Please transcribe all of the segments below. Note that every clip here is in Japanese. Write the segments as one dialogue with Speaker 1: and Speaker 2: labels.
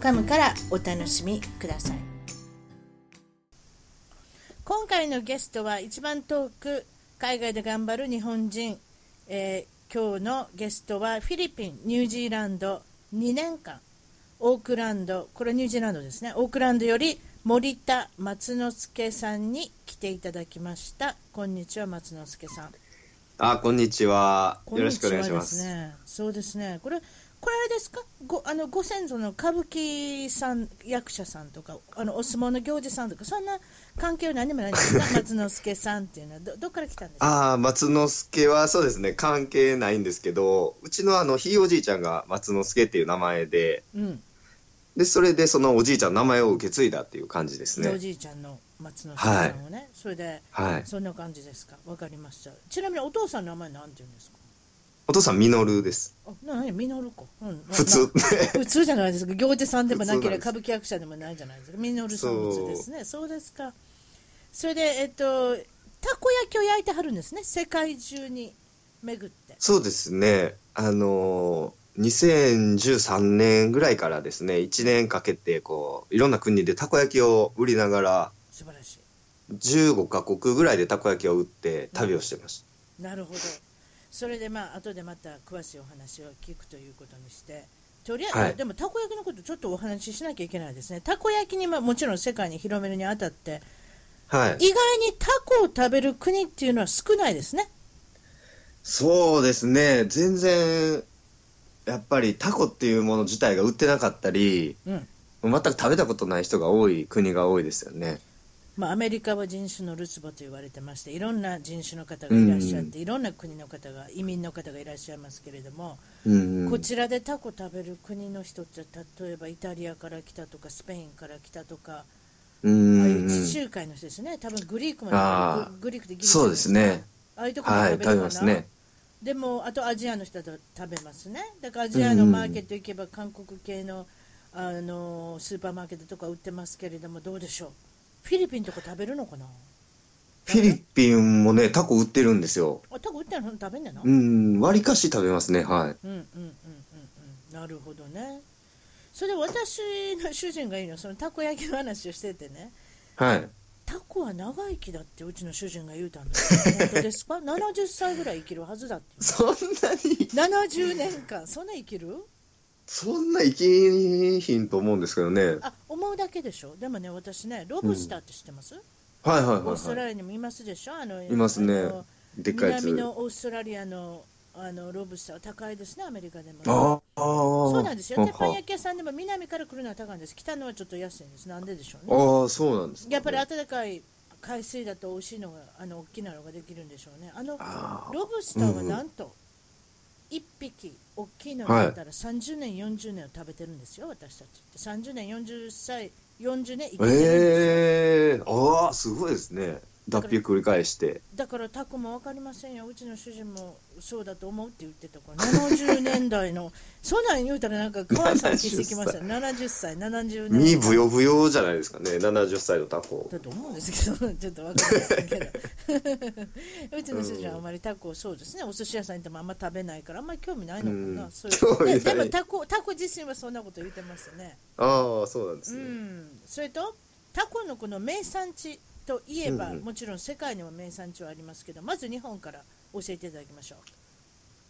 Speaker 1: .com からお楽しみください今回のゲストは一番トーク海外で頑張る日本人、えー今日のゲストはフィリピンニュージーランド2年間オークランドこれニュージーランドですねオークランドより森田松之助さんに来ていただきましたこんにちは松之助さん
Speaker 2: あ、こんにちは。よろしくお願いしま
Speaker 1: こんにち
Speaker 2: す。
Speaker 1: はでね、そうですね。これこれあれですか？ごあのご先祖の歌舞伎さん役者さんとかあのお相撲の行司さんとかそんな関係は何でもないんです か？松之助さんっていうのはどどっから来たんですか？
Speaker 2: あー、松之助はそうですね、関係ないんですけど、うちのあの、ひいおじいちゃんが松之助っていう名前で、
Speaker 1: うん。
Speaker 2: で、それでそのおじいちゃんの名前を受け継いだっていう感じです
Speaker 1: お
Speaker 2: ね。
Speaker 1: じいちゃんの松之助さんをね。それで
Speaker 2: はい。
Speaker 1: そんな感じですか？わかりました。ちなみにお父さんの名前なんて言うんですか？
Speaker 2: お父さん、みのるです。
Speaker 1: あ、なにミノル子。うん。
Speaker 2: 普
Speaker 1: ま
Speaker 2: 通。
Speaker 1: あ普通じゃないですか。行司さんでもなければ
Speaker 2: 普通
Speaker 1: 歌舞伎役者でもないじゃないですか。ミノルさんも普通ですね。そうですか。それでえっとたこ焼きを焼いてはるんですね。世界中に巡って。
Speaker 2: そうですね、あのー、2013年ぐらいからですね、1年かけて、こう、いろんな国でたこ焼きを売りながら、
Speaker 1: 素晴らしい。
Speaker 2: 15カ国ぐらいでたこ焼きを売って旅をしてました。
Speaker 1: なるほど。それでまあ後でまた詳しいお話を聞くということにして。とりあえず、
Speaker 2: はい
Speaker 1: でもたこ焼きのことちょっとお話ししなきゃいけないですね。たこ焼きにまあもちろん世界に広めるにあたって
Speaker 2: はい。
Speaker 1: 意外にタコを食べる国っていうのは少ないですね。
Speaker 2: そうですね、全然、やっぱりタコっていうもの自体が売ってなかったり、
Speaker 1: うん。
Speaker 2: 全く食べたことない人が多い国が多いですよね。
Speaker 1: まあ、アメリカは人種のるつぼと言われてましていろんな人種の方がいらっしゃって、いろんな国の方が移民の方がいらっしゃいますけれども、
Speaker 2: うんうん
Speaker 1: こちらでタコ食べる国の人って例えばイタリアから来たとかスペインから来たとか、
Speaker 2: うん
Speaker 1: ああ
Speaker 2: う
Speaker 1: いうん地中海の人ですね多分グリークも
Speaker 2: あー
Speaker 1: ググリークでギリシャ
Speaker 2: そうですね、
Speaker 1: ああいうところ
Speaker 2: はい、
Speaker 1: で
Speaker 2: 食
Speaker 1: 食べ
Speaker 2: べ
Speaker 1: るかな、
Speaker 2: ますね。
Speaker 1: でもあとアジアの人だと食べますねだからアジアのマーケット行けば韓国系のあのスーパーマーケットとか売ってますけれどもどうでしょうフィリピンとか食べるのかな
Speaker 2: フィリピンもね、タコ売ってるんですよ。
Speaker 1: あ、タコ売ってんの食べんねんな。う、
Speaker 2: うんん、割かし食べますね、はい。
Speaker 1: うん、うん、うん、うん、うん。なるほどね。それで私の主人がいいの、そのたこ焼きの話をしててね。
Speaker 2: はい。
Speaker 1: タコは長生きだってうちの主人が言うたんですよ。本当です か ?70 歳ぐらい生きるはずだって。
Speaker 2: そんなに、
Speaker 1: 70年間、そんな生きる
Speaker 2: そんな生きひんと思うんですけどね。はい
Speaker 1: あ、思うだけでしょでもね、私ね、ロブスターって知ってます、
Speaker 2: はいはい
Speaker 1: オーストラ
Speaker 2: は
Speaker 1: リアにもいますでしょあの、
Speaker 2: い。いますね
Speaker 1: あの。
Speaker 2: でっかいやつ
Speaker 1: 南。のオーストラリアのあのロブスターは高いですね、アメリカでも。
Speaker 2: ああ。
Speaker 1: そ
Speaker 2: そう
Speaker 1: なんですよ。鉄板焼き屋さんでも南から来るのは高いんです。北のはちょっと安いんです。なんででしょうね。
Speaker 2: ああ、そうなんですね
Speaker 1: やっぱり暖かい海水だと美味しいのが、あの大きなのができるんでしょうね。あの
Speaker 2: あー
Speaker 1: ロブスターはなんと、一匹大きいのだったら30年、40年を食べてるんですよ、私たちって。30年、40歳、40年生きてるんですよ。
Speaker 2: ええああ、すごいですね。脱皮を繰り返して。
Speaker 1: だからタコも分かりませんよ、うちの主人もそうだと思うって言ってたから、70年代の、そんなん言うたら、なんか怖さを消してきましたよ、70歳、70年
Speaker 2: 身ぶよぶよじゃないですかね、70歳のタコ。
Speaker 1: だと思うんですけど、ちょっとわかりませんけど、うちの主人はあまりタコ、そうですね、お寿司屋さん行ってもあんま食べないから、あんまり興味ないのかな、
Speaker 2: うん
Speaker 1: そういうね、
Speaker 2: 興
Speaker 1: で
Speaker 2: 味な
Speaker 1: も
Speaker 2: い
Speaker 1: タコタコ自身はそんなこと言ってましたね、
Speaker 2: ああ、そうなんです
Speaker 1: う
Speaker 2: ね。
Speaker 1: ん、それとタコのこの名産地といえば、
Speaker 2: うんうん
Speaker 1: もちろん世界にも名産地はありますけど、まず日本から教えていただきましょ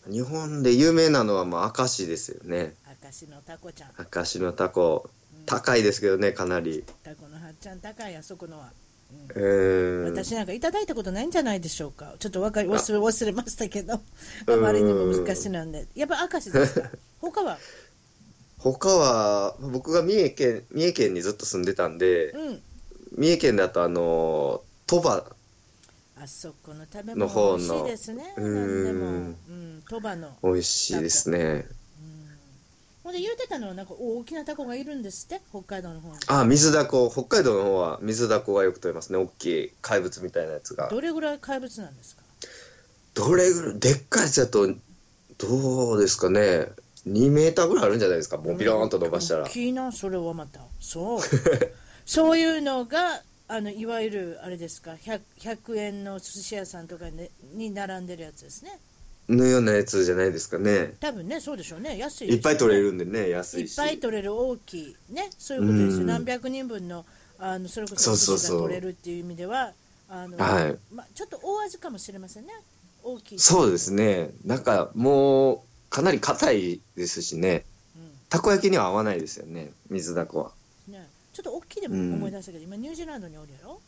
Speaker 1: う、
Speaker 2: 日本で有名なのは、まあ、明石ですよね。
Speaker 1: 明石のタコちゃん、
Speaker 2: 明石のタコ。高いですけどね、かなり。
Speaker 1: タコのはっちゃん高い、あそこのは。うん
Speaker 2: うーん。
Speaker 1: 私なんかいただいたことないんじゃないでしょうか。ちょっとわかり忘れ忘れましたけど、あまりにも難しいなんで、やっぱ明石 ですか。他は、
Speaker 2: 他は、僕が三重県、三重県にずっと住んでたんで
Speaker 1: う、ん、
Speaker 2: 三重県だと、あの、鳥羽、
Speaker 1: あそこの食べ
Speaker 2: の
Speaker 1: 物
Speaker 2: 方
Speaker 1: 美
Speaker 2: の
Speaker 1: 味しいですね。
Speaker 2: うーん
Speaker 1: なんでも、うん、鳥羽の、
Speaker 2: 美味しいですね。
Speaker 1: うん。ほんで言うてたのはなんか大きなタコがいるんですって北海道の方に
Speaker 2: あ、水ダコ。北海道の方は水ダコがよく取れますね。大きい怪物みたいなやつが。
Speaker 1: どれぐらい怪物なんですか
Speaker 2: どれぐらい、でっかいやつだと、どうですかね。2メーターぐらいあるんじゃないですか。もうビローンと伸ばしたら
Speaker 1: 大。きいなそれはまたそう そういうのがあのいわゆるあれですか 100, 100円の寿司屋さんとかにに並んでるやつですね
Speaker 2: のようなやつじゃないですかね。
Speaker 1: 多分ねそうでしょうね安いですよね
Speaker 2: いっぱい取れるんでね、安
Speaker 1: い
Speaker 2: い
Speaker 1: っ
Speaker 2: し。
Speaker 1: ぱい取れる大きいねそういうことですよ、
Speaker 2: うん
Speaker 1: 何百人分のあのそれこそ
Speaker 2: そう
Speaker 1: お
Speaker 2: そう
Speaker 1: 寿司
Speaker 2: そう
Speaker 1: が取れるっていう意味ではあの
Speaker 2: はい
Speaker 1: まあちょっと大味かもしれませんね大きい
Speaker 2: そうですね。なんかもう、かなり硬いですしね。
Speaker 1: う
Speaker 2: たこ焼きには合わないですよね。水ダコ
Speaker 1: んね、ちょっと大きいでも思い出したけど、今ニュージーランドにおるやろ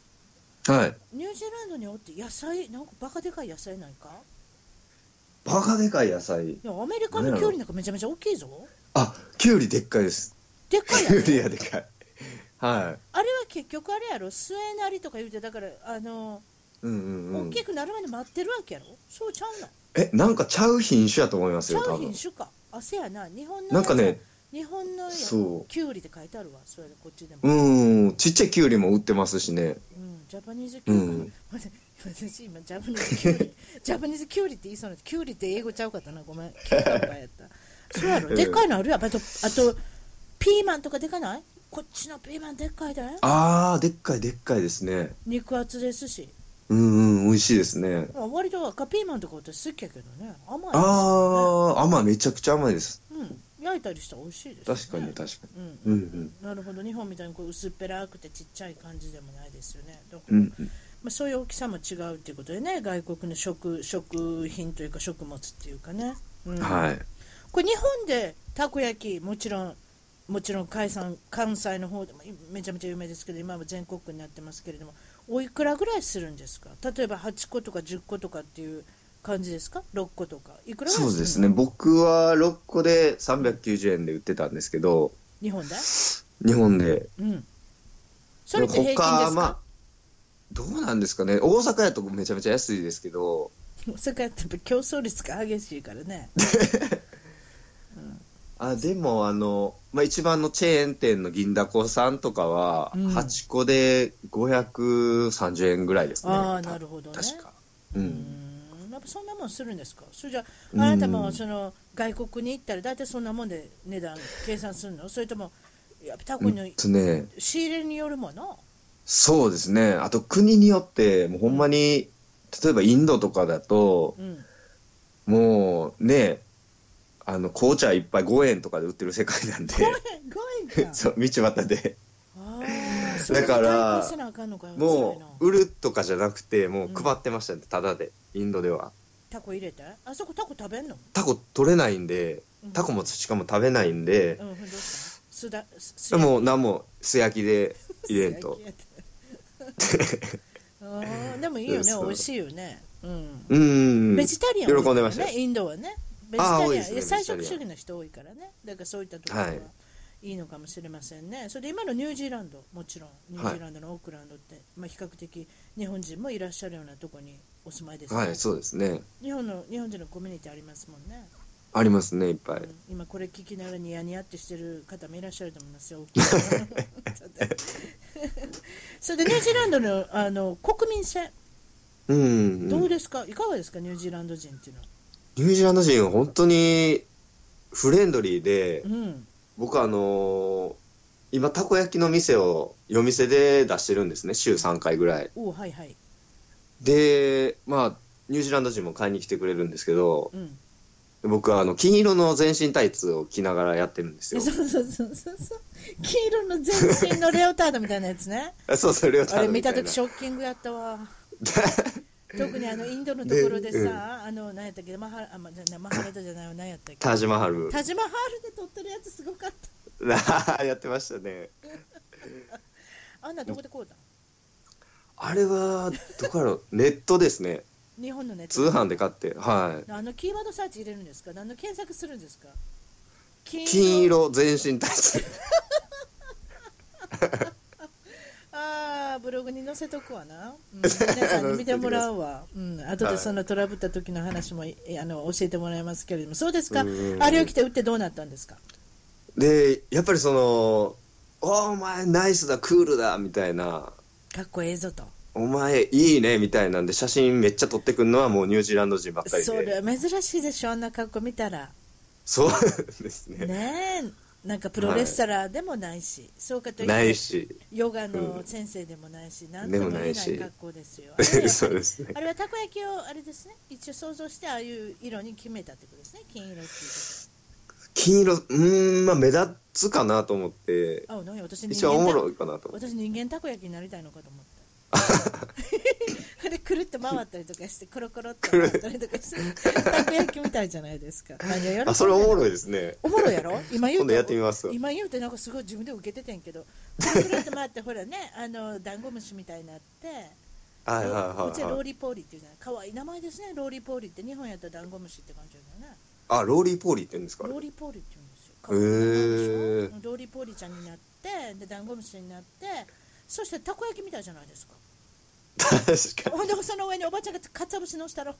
Speaker 2: は。はい。
Speaker 1: ニュージーランドにおって野菜なんかバカでかい野菜ないか
Speaker 2: バカでかい野菜。
Speaker 1: いやアメリカのキュウリなんかめちゃめちゃ大きいぞ
Speaker 2: あ、キュウリでっかいです。
Speaker 1: でっかい
Speaker 2: キ
Speaker 1: やろ
Speaker 2: ュウリがでかい。は
Speaker 1: あれは結局あれやろ末なりとか言うてだからあの、
Speaker 2: い。うんうんう
Speaker 1: 大
Speaker 2: ん。
Speaker 1: きくなるまで待ってるわけやろそうちゃうの
Speaker 2: え、なんかちゃう品種やと思います
Speaker 1: ちゃ
Speaker 2: よ、多
Speaker 1: う
Speaker 2: 分
Speaker 1: 品。種かあせやな日本の
Speaker 2: なんか
Speaker 1: やつ
Speaker 2: ね、
Speaker 1: 日本のや
Speaker 2: そう
Speaker 1: キュウリって書いてあるわそれでこっちでも、
Speaker 2: うん、ちっちゃいキュウリも売ってますしね。
Speaker 1: うんジャパニーズキュウリかな、
Speaker 2: うん
Speaker 1: 私今ジャパニーズキュウリジャパニーズキュウリって言いそうなキュウリって英語ちゃうかったなごめんキュウカンパーやった そうやろでっかいのあるやんあとあとピーマンとかでかないこっちのピーマンでっかいだよ
Speaker 2: あー、でっかいでっかいですね。
Speaker 1: 肉厚ですし
Speaker 2: うんうん、美味しいですね。
Speaker 1: まあ割と赤ピーマンとか私好きやけどね甘いですよね
Speaker 2: あー、甘い、めちゃくちゃ甘いです。
Speaker 1: うん、焼いたりしたら美味しいですよね
Speaker 2: 確かに確か
Speaker 1: うん
Speaker 2: に。うんうん。
Speaker 1: なるほど日本みたいにこう薄っぺらくてちっちゃい感じでもないですよねだから
Speaker 2: うんうん、
Speaker 1: まあ、そういう大きさも違うっていうことでね外国の食食品というか食物っていうかね、うん
Speaker 2: はい。
Speaker 1: これ日本でたこ焼きもちろんもちろん海産関西の方でもめちゃめちゃ有名ですけど今も全国区になってますけれどもおいくらぐらいするんですか例えば8個とか10個とかっていう感じですか6個とかいくらぐらい
Speaker 2: そう
Speaker 1: するの
Speaker 2: ですね。僕は6個で390円で売ってたんですけど、
Speaker 1: 日本で
Speaker 2: 日本で。
Speaker 1: うんそれって平均ですか、
Speaker 2: まあ、どうなんですかね。大阪やとめちゃめちゃ安いですけど、
Speaker 1: 大阪ってやっぱ競争率が激しいからね
Speaker 2: あでもあの、まあ、一番のチェーン店の銀だこさんとかは
Speaker 1: うん
Speaker 2: 8個で530円ぐらいですね、
Speaker 1: ああなるほどね
Speaker 2: 確か、うん、
Speaker 1: うーんやっぱそんなもんするんですかそれじゃあ
Speaker 2: うん
Speaker 1: あなたもその外国に行ったら大体そんなもんで値段計算するのそれともやっぱタコ
Speaker 2: う
Speaker 1: の
Speaker 2: んとね
Speaker 1: 仕入れによるもの
Speaker 2: そうですねあと国によってもうほんまに、例えばインドとかだと
Speaker 1: うん
Speaker 2: もうねあの紅茶いっぱい5円とかで売ってる世界なんで
Speaker 1: 5円5円か
Speaker 2: そう道端で
Speaker 1: ああそれに
Speaker 2: だから
Speaker 1: 対抗せなあかんのかよそういう
Speaker 2: も
Speaker 1: の
Speaker 2: う売るとかじゃなくてもう配ってましたねただでインドでは
Speaker 1: タコ入れてあそこタコ食べんの
Speaker 2: タコ取れないんで
Speaker 1: うん
Speaker 2: タコもしかも食べないんで、
Speaker 1: うんどうしたすだすす
Speaker 2: でも何も素焼き で入れんと。
Speaker 1: あーでもいいよね
Speaker 2: そう
Speaker 1: 美味しいよねうん
Speaker 2: うーん。
Speaker 1: ベジタリアン多いから
Speaker 2: 喜んでましたよ
Speaker 1: ねインドはねベジ
Speaker 2: あ
Speaker 1: タ
Speaker 2: ー
Speaker 1: リアン
Speaker 2: 多いですね
Speaker 1: いや菜食
Speaker 2: ベジタ
Speaker 1: 主
Speaker 2: リア
Speaker 1: 義
Speaker 2: ン
Speaker 1: の人多いからねだからそういったところは
Speaker 2: はいい
Speaker 1: いのかもしれませんね、それで今のニュージーランドもちろんニュージーランドのオークランドって、まあ、比較的日本人もいらっしゃるようなところにお住まいですね、
Speaker 2: はい、そうですね。
Speaker 1: 日本の日本人のコミュニティありますもんね、
Speaker 2: ありますね、いっぱい
Speaker 1: うん。今これ聞きながらニヤニヤってしてる方もいらっしゃると思いますよオ ークランドそれでニュージーランドのあの国民性
Speaker 2: うんうん
Speaker 1: ど
Speaker 2: う。
Speaker 1: うんですか、いかがですかニュージーランド人っていうのは
Speaker 2: ニュージーランド人は本当にフレンドリーで
Speaker 1: う、ん
Speaker 2: 僕あのー今、たこ焼きの店を夜店で出してるんですね、週3回ぐらい。
Speaker 1: おうはいはい
Speaker 2: で、まあ、ニュージーランド人も買いに来てくれるんですけど、
Speaker 1: うん
Speaker 2: 僕はあの、金色の全身タイツを着ながらやってるんです
Speaker 1: え
Speaker 2: よ。
Speaker 1: そうそうそうそうそう黄色の全身のレオタードみたいなやつ ね
Speaker 2: あそうそう、レオ
Speaker 1: あ
Speaker 2: ター
Speaker 1: れ
Speaker 2: ド
Speaker 1: 見
Speaker 2: みた
Speaker 1: た
Speaker 2: いな。
Speaker 1: 時ショッキングやった わ特にあのインドのところで
Speaker 2: でうん
Speaker 1: さあの何やったっけマハあまじゃなマハラダじゃないわ何やったっけ
Speaker 2: タジマハル。
Speaker 1: タジマハールで撮ってるやつすごかった
Speaker 2: やってましたね。
Speaker 1: あんなどこでこうだ
Speaker 2: あれは、どこやろう、ネットで すね。
Speaker 1: 日本のネッ
Speaker 2: 通
Speaker 1: ト
Speaker 2: 販で買って、はい。
Speaker 1: あのキーワードサーチ入れるんですか何の検索するんですか金
Speaker 2: 金色全身タ イツ。
Speaker 1: ああブログに載せとくわ な、うん皆さんに見てもらうわ、うん、後でそのトラブった時の話も、いあの教えてもらいますけれどもそうですか
Speaker 2: うん
Speaker 1: あれを着て打ってどうなったんですか
Speaker 2: でやっぱりその「おーお前ナイスだクールだ」みたいな
Speaker 1: かっこええぞと
Speaker 2: 「お前いいね」みたいなんで写真めっちゃ撮ってくるのはもうニュージーランド人ばっかりで
Speaker 1: それは珍しいでしょあんな格好見たら
Speaker 2: そうですね
Speaker 1: ねえなんかプロレスラーでもないし、そうかといって
Speaker 2: ないし
Speaker 1: ヨガの先生でもないし、なん
Speaker 2: で
Speaker 1: と
Speaker 2: も
Speaker 1: も
Speaker 2: な
Speaker 1: 言え
Speaker 2: い
Speaker 1: な
Speaker 2: し。
Speaker 1: い格好ですよ
Speaker 2: そうですね
Speaker 1: あれはたこ焼きをあれですね、一応想像してああいう色に決めたってことですね、金色っていう
Speaker 2: 金色うーんまあ目立つかなと思って
Speaker 1: こと。あ、なに私
Speaker 2: 一
Speaker 1: 人
Speaker 2: 応おも
Speaker 1: 間た
Speaker 2: ろいかなと思って
Speaker 1: 私人間たこ焼きになりたいのかと思 った。でくるっと回ったりとかしてコロコロっと回ったりとかしてたこ焼きみたいじゃないですか。何を喜んでんの
Speaker 2: あそれおもろいですね
Speaker 1: おもろいや ろ今言う
Speaker 2: 今度やってみます
Speaker 1: 今言うてなんかすごい自分で受けててんけどくるくるっと回ってほらねあのダンゴムシみたいになって
Speaker 2: はいはい
Speaker 1: こっちはロ
Speaker 2: はい
Speaker 1: ー
Speaker 2: はい
Speaker 1: リーポーリーっていうじゃない可愛い名前ですねローリーポーリーって日本やったらダンゴムシって感じだよね
Speaker 2: あローリーポーリーって言うんですか
Speaker 1: ローリーポーリーって言うんですよ可愛い名前
Speaker 2: へ
Speaker 1: でしょローリーポーリーちゃんになってでダンゴムシになってそしてたこ焼きみたいじゃないですか
Speaker 2: 確か
Speaker 1: ほんでその上におばちゃんがかつお節のしたろ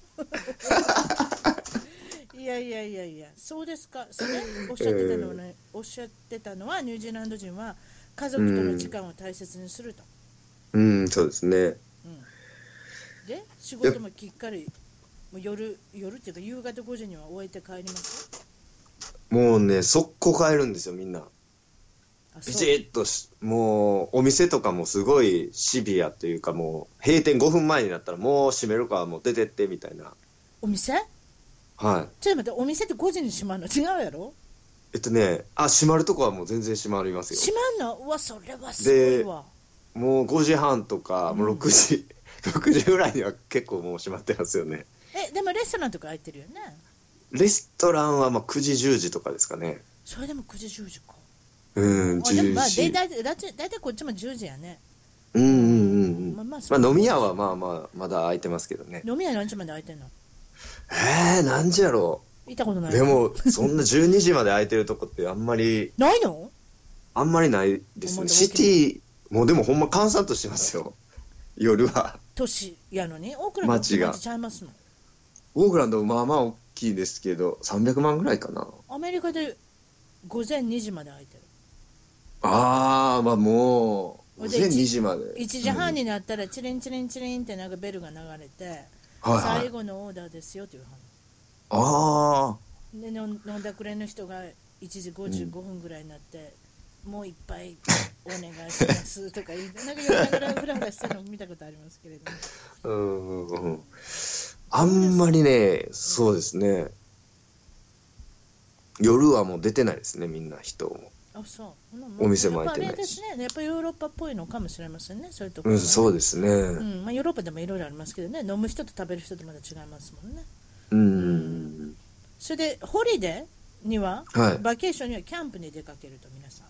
Speaker 1: いやいやいやいやそうですかそれおっしゃってたのはね、おっしゃってたのはニュージーランド人は家族との時間を大切にすると、
Speaker 2: にうんそうですね
Speaker 1: うんで仕事もきっかりもう夜夜っていうか夕方5時には終えて帰ります
Speaker 2: もうね速攻帰るんですよみんな
Speaker 1: あそ
Speaker 2: ピ
Speaker 1: う
Speaker 2: チッとしもうお店とかもすごいシビアというかもう閉店5分前になったらもう閉めるからもう出てってみたいな
Speaker 1: お店
Speaker 2: はい
Speaker 1: ちょっと待ってお店って5時に閉まるの違うやろ
Speaker 2: えっとねあ閉まるとこはもう全然閉まります
Speaker 1: 閉
Speaker 2: よ
Speaker 1: まんのうわそれはすごいわ
Speaker 2: もう5時半とかもう6時、6時ぐ らいには結構もう閉まってますよね
Speaker 1: えでもレストランとか開いてるよね
Speaker 2: レストランはまあ9時10時とかですかね
Speaker 1: それでも9時10時か
Speaker 2: うん
Speaker 1: あでも
Speaker 2: 10
Speaker 1: まあで
Speaker 2: 時
Speaker 1: だいだいだいたいこっちも10時やね。
Speaker 2: うんうんうんうん
Speaker 1: まあまあそ
Speaker 2: ま
Speaker 1: う
Speaker 2: あ飲み屋はまあまあまだ空いてますけどね
Speaker 1: 飲み屋何時まで開いてんの？
Speaker 2: えー、何時やろ
Speaker 1: 行ったことな
Speaker 2: う
Speaker 1: い。
Speaker 2: でもそんな12時まで空いてるとこってあんまり
Speaker 1: ないの？
Speaker 2: あんまりないです
Speaker 1: 思う
Speaker 2: ね。
Speaker 1: と
Speaker 2: シティ、もうでもほんま閑散としてますよ。 夜は。
Speaker 1: 都市やのに大倉の
Speaker 2: 街が
Speaker 1: ちゃいますの。
Speaker 2: オークランドまあまあ大きいですけど、300万ぐらいかな。
Speaker 1: アメリカで午前2時まで開いて
Speaker 2: ああ、まあもう、午
Speaker 1: で
Speaker 2: 前2時まで。
Speaker 1: る。1時半になったらチリンチリンチリンってなんかベルが流れて、
Speaker 2: うん、はいは
Speaker 1: 最
Speaker 2: い。
Speaker 1: 後のオーダーですよという話。
Speaker 2: ああ、
Speaker 1: で飲ん飲んだくれの人が1時55分ぐらいになって、もう一杯お願いしますとか言 ってなんか夜ながらフラフラしてるの見たことありますけれども。
Speaker 2: うんうんうん。あんまりね、そうですね。夜はもう出てないですね、みんな人も。
Speaker 1: あそう
Speaker 2: お店も開いてない
Speaker 1: し
Speaker 2: し
Speaker 1: やっぱあれですねやっぱヨーロッパっぽいのかもしれませんねそういうとこ
Speaker 2: う
Speaker 1: ろ
Speaker 2: ん、
Speaker 1: はね
Speaker 2: そうですね。
Speaker 1: うんまあ、ヨーロッパでもいろいろありますけどね飲む人と食べる人とまた違いますもんね
Speaker 2: うん。
Speaker 1: それでホリデーには、
Speaker 2: はい
Speaker 1: バケーションにはキャンプに出かけると皆さん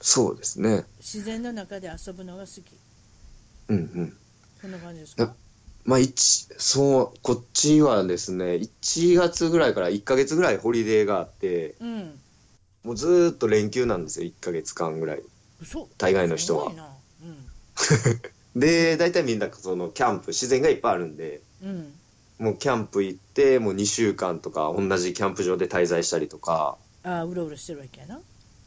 Speaker 2: そうですね。
Speaker 1: 自然の中で遊ぶのが好き
Speaker 2: うんうん。
Speaker 1: そんな感じですか
Speaker 2: まあ、一そうこっちはですね1月ぐらいから1ヶ月ぐらいホリデーがあって
Speaker 1: うん
Speaker 2: もうずーっと連休なんですよ1ヶ月間ぐらい
Speaker 1: そう
Speaker 2: 大概の人は
Speaker 1: すごいな
Speaker 2: で大体みんなそのキャンプ自然がいっぱいあるんで
Speaker 1: うん、うん、
Speaker 2: もうキャンプ行ってもう2週間とか同じキャンプ場で滞在したりとか
Speaker 1: あーうろうろしてるわけやな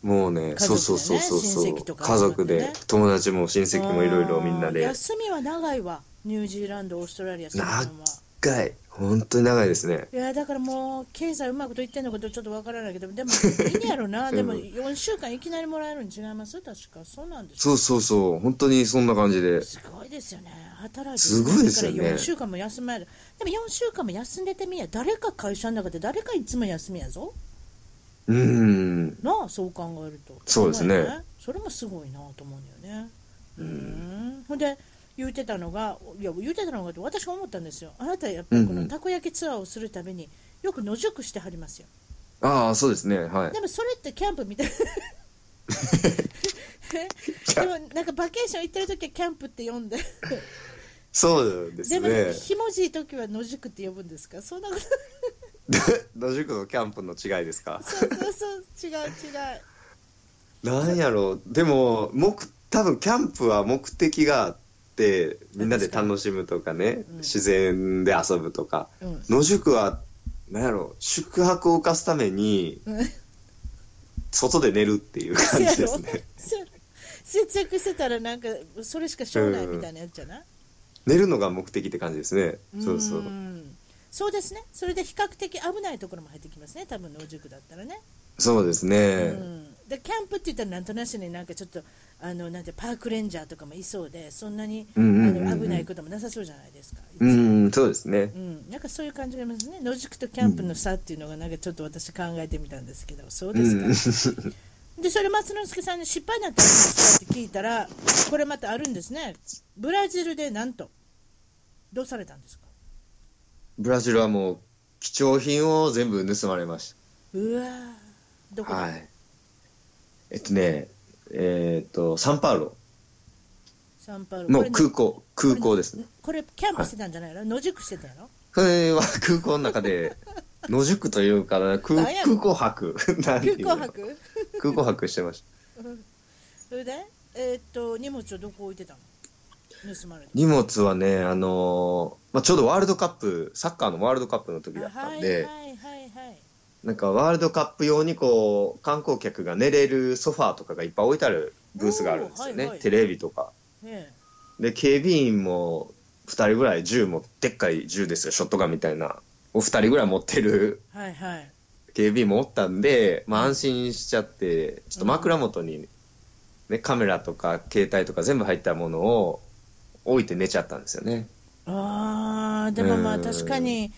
Speaker 2: もうね
Speaker 1: 家族でね
Speaker 2: そうそうそうそうそう、
Speaker 1: 親戚とか
Speaker 2: 家族
Speaker 1: 集まって
Speaker 2: で
Speaker 1: ね
Speaker 2: 友達も親戚もいろいろみんな
Speaker 1: あー
Speaker 2: で
Speaker 1: 休みは長いわニュージーランドオーストラリアその辺は
Speaker 2: 一回本当に長いですね
Speaker 1: いやだからもう経済うまくと言ってんのかどうかちょっとわからないけどでもいいんやろ なでも4週間いきなりもらえるに違います確かそうなんでしょ
Speaker 2: そうそうそう本当にそんな感じです
Speaker 1: ごいですよね働いて
Speaker 2: すごいですよね
Speaker 1: 4週間も休まるでも4週間も休んでてみや誰か会社の中で誰かいつも休みやぞ
Speaker 2: うん
Speaker 1: なあそう考えると
Speaker 2: そうですね
Speaker 1: すごいそれもすごいなと思うんだよねうんほんで言うてたのがいや言うてたのがって私が思ったんですよあなたやっぱりこ
Speaker 2: うんう
Speaker 1: の
Speaker 2: ん
Speaker 1: たこ焼きツアーをするためによく野宿してはりますよ
Speaker 2: ああそうですねはい
Speaker 1: でもそれってキャンプみたい なでもなんかバケーション行ってる時はキャンプって呼んで
Speaker 2: そうです
Speaker 1: でも
Speaker 2: ね。
Speaker 1: ひもじい時は野宿って呼ぶんですかそんなこと
Speaker 2: 野宿とキャンプの違いですか。
Speaker 1: そうそうそう違う違う
Speaker 2: なんやろう。でも目多分キャンプは目的があってみんなで楽しむとかね、
Speaker 1: うん
Speaker 2: 自然で遊ぶとか。
Speaker 1: うん
Speaker 2: 野宿はなんやろう。宿泊を犯すために
Speaker 1: うん
Speaker 2: 外で寝るっていう感じですね。
Speaker 1: せやろ節約してたらなんかそれしかしょうないみたいなやつじゃない、
Speaker 2: 寝るのが目的って感じですね。そうそう。
Speaker 1: んそうですねそれで比較的危ないところも入ってきますね多分野宿だったらね、
Speaker 2: そうですね。
Speaker 1: うん、でキャンプって言ったらなんとなしになんかちょっとあのなんてパークレンジャーとかもいそうでそんなに、
Speaker 2: うんうんうんうん
Speaker 1: あの危ないこともなさそうじゃないですか、
Speaker 2: う
Speaker 1: うん
Speaker 2: ん、そうですね。
Speaker 1: なんかそういう感じがありますね野宿とキャンプの差っていうのがなんかちょっと私考えてみたんですけどそうですか、でそれ松之助さんに失敗になったんですかって聞いたらこれまたあるんですねブラジルでなんとどうされたんですか
Speaker 2: ブラジルはもう貴重品を全部盗まれまし
Speaker 1: うわーどこ
Speaker 2: た。
Speaker 1: だ、
Speaker 2: はい。えっとね、えーっと、サンパウロ
Speaker 1: サンパウロ
Speaker 2: の
Speaker 1: これね
Speaker 2: 空港、空港ですね。
Speaker 1: これキャンプしてたんじゃないの、野宿してたの
Speaker 2: それは空港の 中で、野宿というかな、空
Speaker 1: なんや
Speaker 2: 空港泊。空
Speaker 1: 空港泊
Speaker 2: 空港泊してました。
Speaker 1: それでえーっと荷物をどこ置いてたの盗まれた
Speaker 2: 荷物はね、あのーまあ、ちょうどワールドカップ、サッカーのワールドカップの時だったんで、
Speaker 1: あはいはいはいはい
Speaker 2: なんかワールドカップ用にこう、観光客が寝れるソファーとかがいっぱい置いてあるブースがあるんですよね。
Speaker 1: おーはいはい
Speaker 2: テレビとか。
Speaker 1: ね
Speaker 2: で警備員も2人ぐらい銃もでっかい銃ですよショットガンみたいなお2人ぐらい持ってる
Speaker 1: えはいはい
Speaker 2: 警備員もおったんで、まあ、安心しちゃってちょっと枕元に、ね、カメラとか携帯とか全部入ったものを置いて寝ちゃったんですよね
Speaker 1: あーでもまあ
Speaker 2: うん
Speaker 1: 確かに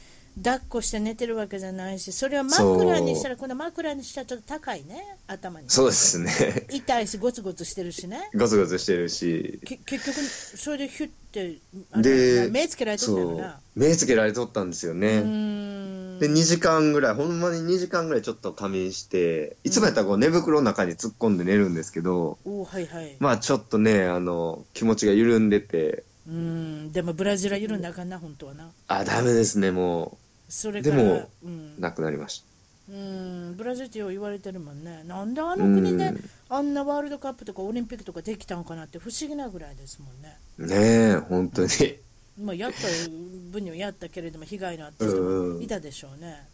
Speaker 1: 抱っこして寝てるわけじゃないしそれは枕にしたらこの枕にしたらちょっと高いね頭に
Speaker 2: そうです ね
Speaker 1: 痛いしゴツゴツしてるしね
Speaker 2: ゴツゴツしてるし
Speaker 1: け結局それでヒュッてあれ
Speaker 2: で
Speaker 1: 目つけられてた
Speaker 2: そ
Speaker 1: んだよ
Speaker 2: う
Speaker 1: な
Speaker 2: 目つけられとったんですよね、
Speaker 1: うーん
Speaker 2: で2時間ぐらいほんまに2時間ぐらいちょっと仮眠していつもやったらこう寝袋の中に突っ込んで寝るんですけど、
Speaker 1: おーはいはい、
Speaker 2: まあちょっとね、あの、気持ちが緩んでて、
Speaker 1: うーんでもブラジルは緩んだらあかんな本当はな
Speaker 2: あ、ダメですね、も
Speaker 1: それから
Speaker 2: でも
Speaker 1: うん
Speaker 2: う、なくなりまし
Speaker 1: うんブラジルってよう言われてるもんねなんであの国で
Speaker 2: うん
Speaker 1: あんなワールドカップとかオリンピックとかできたんかなって不思議なぐらいですもんね
Speaker 2: た。ねえ、本当に。
Speaker 1: まあ、やった分にはやったけれども、被害のあった人もいたでしょうね。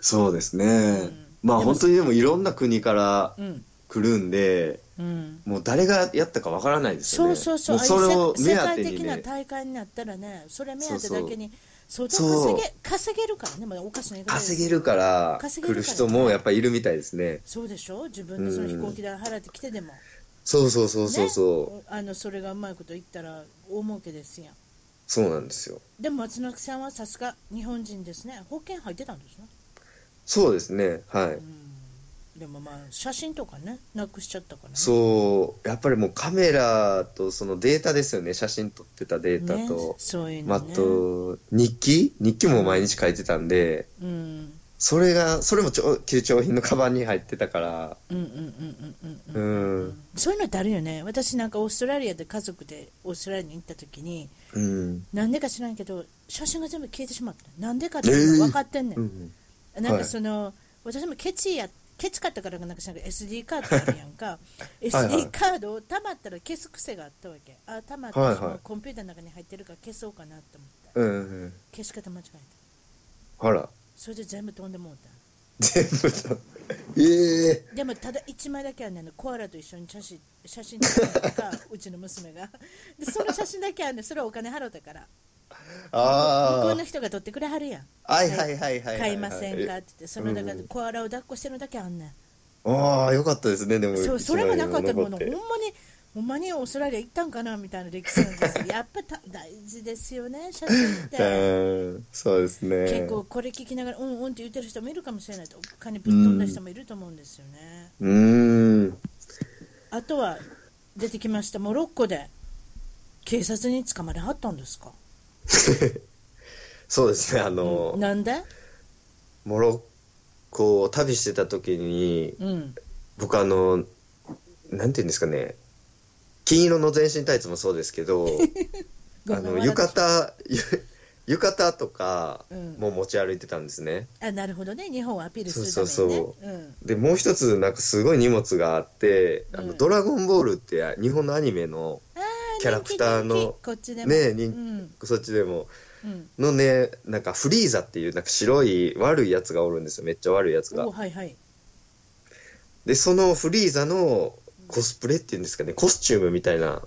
Speaker 2: そうですね。
Speaker 1: ん
Speaker 2: まあ
Speaker 1: でも
Speaker 2: 本当にでもいろんな国から
Speaker 1: うん、
Speaker 2: 来るんで、
Speaker 1: うん、
Speaker 2: もう誰がやったかわからないですよ
Speaker 1: そ
Speaker 2: ね。
Speaker 1: うそうそう、
Speaker 2: もうそれを
Speaker 1: ああいう世界
Speaker 2: 目当て
Speaker 1: 的
Speaker 2: に
Speaker 1: な
Speaker 2: ね。
Speaker 1: 大会になったらね、それ目当て
Speaker 2: そうそう
Speaker 1: だけに、相当
Speaker 2: そう
Speaker 1: 稼げ稼げるからね、まあ、おかしな言い方です
Speaker 2: 稼げるから
Speaker 1: 稼げ
Speaker 2: 来
Speaker 1: るから
Speaker 2: る人もやっぱいるみたいですね。
Speaker 1: そうでしょ、自分でその飛行機代払ってきてでも、
Speaker 2: そうそうそうそうそう。
Speaker 1: ねあのそれがうまいこと言ったら大儲けですやん。
Speaker 2: そうなんですよ。
Speaker 1: でも松中さんはさすが日本人ですね、保険入ってたんですね。
Speaker 2: そうですね。はい。
Speaker 1: でもまあ、写真とかね、なくしちゃったからね。
Speaker 2: そう、やっぱりもうカメラとそのデータですよね。写真撮ってたデータ
Speaker 1: ね
Speaker 2: と。
Speaker 1: そういう
Speaker 2: ま
Speaker 1: の
Speaker 2: ああ
Speaker 1: ね。
Speaker 2: と、日記日記も毎日書いてたんで、
Speaker 1: うん
Speaker 2: それが、それもちょ貴重品のカバンに入ってたから、
Speaker 1: うんうんうんうんうん
Speaker 2: う
Speaker 1: うん
Speaker 2: ん、
Speaker 1: そういうのってあるよね私なんかオーストラリアで家族でオーストラリアに行った時に
Speaker 2: うん、
Speaker 1: なんでか知らんけど写真が全部消えてしまったなんでかっていうのは分かってんね、
Speaker 2: うんん、
Speaker 1: なんかその、私もケチやケチかったからかなんか知らんけど SD カードあるやんか
Speaker 2: はい
Speaker 1: SD カードをたまったら消す癖があったわけあたまって
Speaker 2: はいはい
Speaker 1: そのコンピューターの中に入ってるから消そうかなと思って
Speaker 2: うん、うん、
Speaker 1: 消し方間違えた
Speaker 2: ほら、
Speaker 1: それで全部飛んでもうた
Speaker 2: 全部だ。ええ
Speaker 1: でもただ1枚だけはねあのコアラと一緒に写真写真撮ったりと かうちの娘がでその写真だけはねそれはお金払ったから向こう
Speaker 2: あ
Speaker 1: の人が撮ってくれはるやん
Speaker 2: あ、はいはいはいはいはいはい。
Speaker 1: 買いませんかっ
Speaker 2: え
Speaker 1: て言ってそのだから
Speaker 2: うん
Speaker 1: コアラを抱っこしてるのだけあんねん
Speaker 2: ああ、よかったですね、でも。
Speaker 1: そう
Speaker 2: 一
Speaker 1: それもなかったもの
Speaker 2: 枚
Speaker 1: ほん
Speaker 2: で
Speaker 1: ま
Speaker 2: 残
Speaker 1: にほんまにオーストラリア行ったんかなみたいな歴史なんですよやっぱた大事ですよね写真っ
Speaker 2: って
Speaker 1: て。
Speaker 2: うん、そうですね。
Speaker 1: 結構これ聞きながらうんうんって言ってる人もいるかもしれないとお金ぶっ飛んだ人もいると思うんですよね、
Speaker 2: うーん、
Speaker 1: あとは出てきましたモロッコで警察に捕まれはったんですか
Speaker 2: そうですね、あの、
Speaker 1: なんで
Speaker 2: モロッコを旅してた時に、
Speaker 1: うん
Speaker 2: 僕あの、なんていうんですかね、金色の全身タイツもそうですけど、
Speaker 1: ご
Speaker 2: あ
Speaker 1: めん
Speaker 2: の
Speaker 1: 笑っ
Speaker 2: 浴
Speaker 1: て
Speaker 2: 衣、 ゆ浴衣とか
Speaker 1: うん
Speaker 2: も持ち歩いてたんですね。
Speaker 1: あなるほどね日本をアピールするた
Speaker 2: そ
Speaker 1: め
Speaker 2: う
Speaker 1: にね
Speaker 2: そう
Speaker 1: う
Speaker 2: で、もう一つなんかすごい荷物があって、あ
Speaker 1: う
Speaker 2: の
Speaker 1: ん
Speaker 2: ドラゴンボールって日本のアニメの、
Speaker 1: ん、
Speaker 2: キャラクター
Speaker 1: 人
Speaker 2: の
Speaker 1: 気人気こっちでも
Speaker 2: ね
Speaker 1: う
Speaker 2: 人
Speaker 1: ん
Speaker 2: そっちでも、
Speaker 1: うん
Speaker 2: のね、なんかフリーザっていうなんか白い悪いやつがおるんですよ。めっちゃ悪いやつ
Speaker 1: お
Speaker 2: が
Speaker 1: う。はいはい
Speaker 2: で、そのフリーザのコスプレっていうんですかね、コスチュームみたいな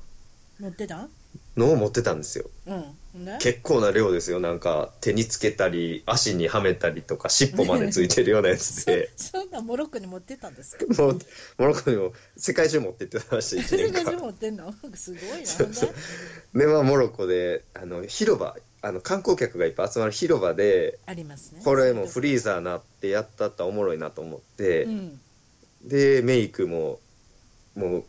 Speaker 1: 持ってた
Speaker 2: のを持ってたんですよ。
Speaker 1: うん。ね
Speaker 2: 結構な量ですよ。なんか、手につけたり、足にはめたりとか、尻尾までついてるようなやつ
Speaker 1: そ、
Speaker 2: で
Speaker 1: そんなモロッコに持ってたんですか
Speaker 2: もう、モロッコにも世界中持って行ってた らしい、
Speaker 1: そ
Speaker 2: 1
Speaker 1: れ
Speaker 2: 年
Speaker 1: が
Speaker 2: 間。
Speaker 1: 持ってんの すごいな。
Speaker 2: そうそうで、まあ、モロッコで、あの、広場、あの、観光客がいっぱい集まる広場で、
Speaker 1: ありますね。
Speaker 2: これもフ
Speaker 1: リ
Speaker 2: リーザーなってやったったらおもろいなと思って、
Speaker 1: うん。
Speaker 2: でメイクももう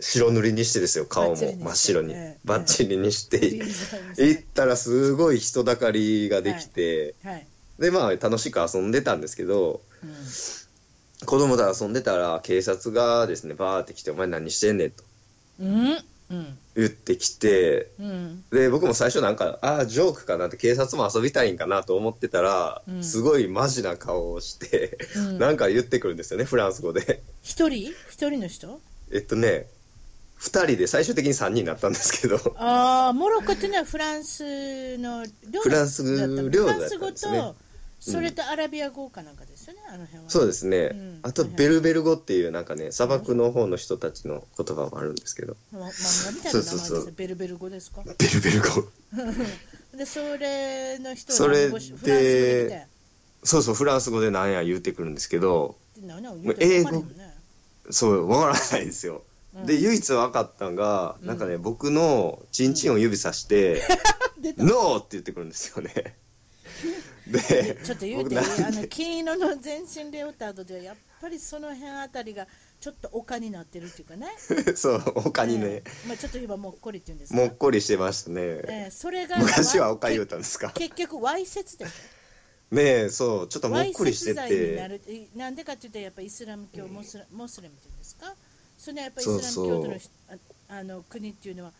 Speaker 2: 白塗りにしてですよ顔も
Speaker 1: バッチリにして
Speaker 2: 真っ白に
Speaker 1: ええ
Speaker 2: バッチリにして、
Speaker 1: フリーザーに
Speaker 2: 行
Speaker 1: し
Speaker 2: ってたらすごい人だかりができて、
Speaker 1: はい。
Speaker 2: でまあ楽しく遊んでたんですけど
Speaker 1: うん
Speaker 2: 子供と遊んでたら警察がですねバーって来て「お前何してんねん」と
Speaker 1: うん。うん。
Speaker 2: 言ってきて
Speaker 1: うん。
Speaker 2: で僕も最初なんかああジョークかなって警察も遊びたいんかなと思ってたら、
Speaker 1: うん
Speaker 2: すごいマジな顔をして、
Speaker 1: うん
Speaker 2: なんか言ってくるんですよねフランス語で。
Speaker 1: 一人一人の人
Speaker 2: えっとね、二人で最終的に三人になったんですけど、
Speaker 1: ああ、モロッコっていうのはフランスの領
Speaker 2: フランス領
Speaker 1: だ
Speaker 2: 土
Speaker 1: った
Speaker 2: だ
Speaker 1: のフラン
Speaker 2: ったんで
Speaker 1: ス
Speaker 2: す
Speaker 1: 語
Speaker 2: ね
Speaker 1: と、それとアラビア語かなんかですよね、あの辺は。
Speaker 2: そうですね。
Speaker 1: うん
Speaker 2: あと、ベルベル語っていうなんかね、砂漠の方の人たちの言葉もあるんですけど、
Speaker 1: ま漫画みたいな名前ですよ
Speaker 2: そうそうそう
Speaker 1: ベルベル語ですか。
Speaker 2: ベルベル語。
Speaker 1: で、それの人
Speaker 2: それで
Speaker 1: フランス語で来て。
Speaker 2: そうそう、フランス語でなんや言うてくるんですけど、
Speaker 1: で何を言うても分かるよね
Speaker 2: そう、わからないんですよ。
Speaker 1: うん
Speaker 2: で、唯一分かったんが、なんかね、僕のチンチンを指さして、
Speaker 1: 出た
Speaker 2: ノーって言ってくるんです よね。で、
Speaker 1: ちょっと言うて、
Speaker 2: 僕なん
Speaker 1: あの金色の全身レオタードではやっぱりその辺あたりがちょっと丘になってるっていうかね。
Speaker 2: そう、他にね
Speaker 1: え、えまあちょっと今もっこりっていうんですか
Speaker 2: もっこりしてましたね。
Speaker 1: ええそれが
Speaker 2: 昔はおかゆうたんですか
Speaker 1: け結局わいせつ でし
Speaker 2: ねえ、そう、ちょっと
Speaker 1: ょ
Speaker 2: も
Speaker 1: わ
Speaker 2: っ
Speaker 1: い
Speaker 2: こ
Speaker 1: せ
Speaker 2: りして
Speaker 1: つ罪にな
Speaker 2: て、
Speaker 1: るえなんでかっていうとやっぱりイスラム教モスラモスラムっていうんですかそれはやっぱりイスラム教徒の
Speaker 2: そ
Speaker 1: 人ああの国っていうのは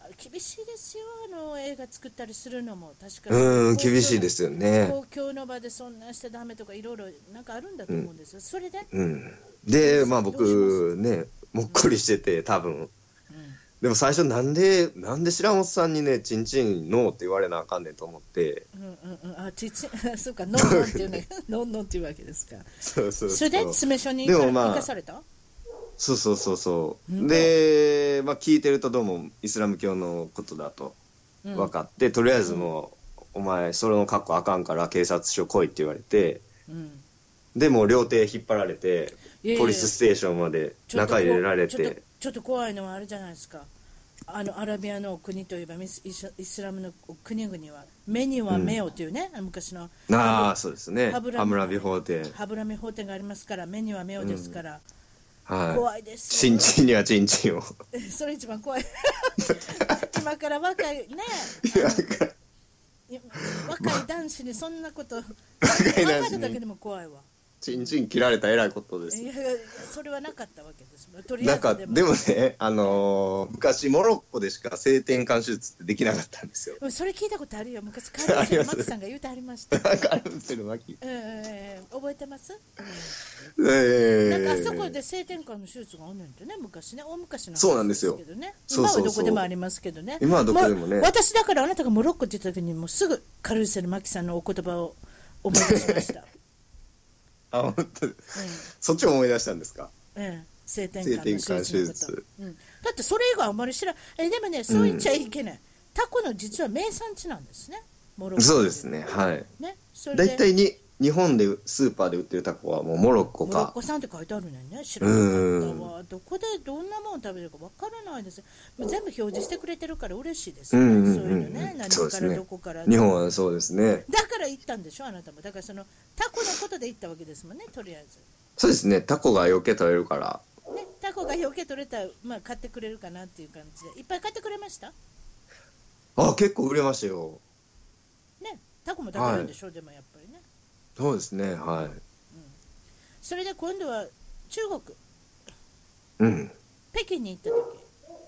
Speaker 1: あ厳しいですよあの映画作ったりするのも確か
Speaker 2: うん、厳しいですすよね。
Speaker 1: 公共の場でそんなんしてダメとかいろいろなんかあるんだと思うんですよ、それで、
Speaker 2: うん。で、まあ
Speaker 1: どう
Speaker 2: 僕ね、もっこりしてて、多分。でも最初なんで、なんで白本さんにね、チンチンノーって言われなあかんねんと思って。
Speaker 1: うんうんうん、あちち そうかノンノンっていうねノンノンっていうわけですか
Speaker 2: そうそう
Speaker 1: そ
Speaker 2: そ
Speaker 1: れ
Speaker 2: う。
Speaker 1: で詰め所に
Speaker 2: で
Speaker 1: 行か,、
Speaker 2: もまあ
Speaker 1: された
Speaker 2: そうそうそうそう
Speaker 1: うん
Speaker 2: で、まあ聞いてるとどうもイスラム教のことだと
Speaker 1: うん
Speaker 2: 分かって、とりあえずもう、お前、それの格好あかんから警察署来いって言われて、
Speaker 1: うん
Speaker 2: でもう両手引っ張られて、
Speaker 1: いやいや
Speaker 2: ポリスステーションまで
Speaker 1: ちょっと
Speaker 2: 中入れられ
Speaker 1: ちょっと
Speaker 2: て。
Speaker 1: ちょっと怖いのはあれじゃないですかあのアラビアの国といえばミスイスイスラムの国々は目には目をというね、あの昔の
Speaker 2: ああ、そうですね。
Speaker 1: ハ
Speaker 2: ハ
Speaker 1: ブ
Speaker 2: ム
Speaker 1: ラミ
Speaker 2: ラビ法廷。
Speaker 1: ハブラミ法典がありますから目には目をですから、
Speaker 2: はい。
Speaker 1: 怖いです
Speaker 2: チ
Speaker 1: よ
Speaker 2: ンチンにはチンチンを。
Speaker 1: それ一番怖い今から若いねい若い男子にそんなこと考
Speaker 2: い男
Speaker 1: え
Speaker 2: 子に
Speaker 1: ただけでも怖 いわ
Speaker 2: チンチン切られたらえらいことです
Speaker 1: い
Speaker 2: よ。
Speaker 1: やいやそれはなかったわけですとりあえ
Speaker 2: なんか、
Speaker 1: ずでも
Speaker 2: でもね、あのー昔モロッコでしか性転換手術ってできなかったんですよ。
Speaker 1: うんそれ聞いたことあるよ昔カーリーさんマクさんが言うてありました
Speaker 2: なんかあるんですよ、マキ。
Speaker 1: うんうんうん覚えてます、
Speaker 2: え
Speaker 1: なん
Speaker 2: ー
Speaker 1: かあそこで性転換の手術があんねんてね昔ね大昔の話
Speaker 2: そうなんですよ
Speaker 1: けどね
Speaker 2: そうそうそう
Speaker 1: 今はどこでもありますけどね
Speaker 2: 今はどこでもね
Speaker 1: ま私だからあなたがモロッコって言った時にもうすぐカルーセルマキさんのお言葉を思い出しま した、
Speaker 2: あ、本当そっちを思い出したんですか
Speaker 1: うんうん、性転換の手術のこと
Speaker 2: 性転換手術
Speaker 1: うん、だってそれ以外はあんまり知らえでもねそう言っちゃいけない、タコの実は名産地なんですねモロッコ
Speaker 2: そうですね、はい。
Speaker 1: ねそれで
Speaker 2: 大体に、日本でスーパーで売ってるタコはもうモロッコ
Speaker 1: モロッ
Speaker 2: か
Speaker 1: コ。さんって書いてあるねんね知らなかったわどこでどんなもん食べるかわからないです全部表示してくれてるから嬉しいです
Speaker 2: う
Speaker 1: よ
Speaker 2: んう
Speaker 1: ね
Speaker 2: ん
Speaker 1: そう
Speaker 2: う
Speaker 1: い
Speaker 2: ん
Speaker 1: うのね何
Speaker 2: そうで
Speaker 1: か
Speaker 2: す
Speaker 1: ら
Speaker 2: ね
Speaker 1: どこから
Speaker 2: 日本はそうですね。
Speaker 1: だから行ったんでしょあなたもだからそのタコのことで行ったわけですもんねとりあえず
Speaker 2: そうですね、タコが余計取れるから。
Speaker 1: ねタコがよけ取れたらまあ買ってくれるかなっていう感じでいっぱい買ってくれました
Speaker 2: あ、結構売れましたよ。
Speaker 1: ねタコも食べるんでしょ、でもやっぱりね
Speaker 2: そうですね、は
Speaker 1: それで今度は中国
Speaker 2: い。うん。
Speaker 1: 北京に行っ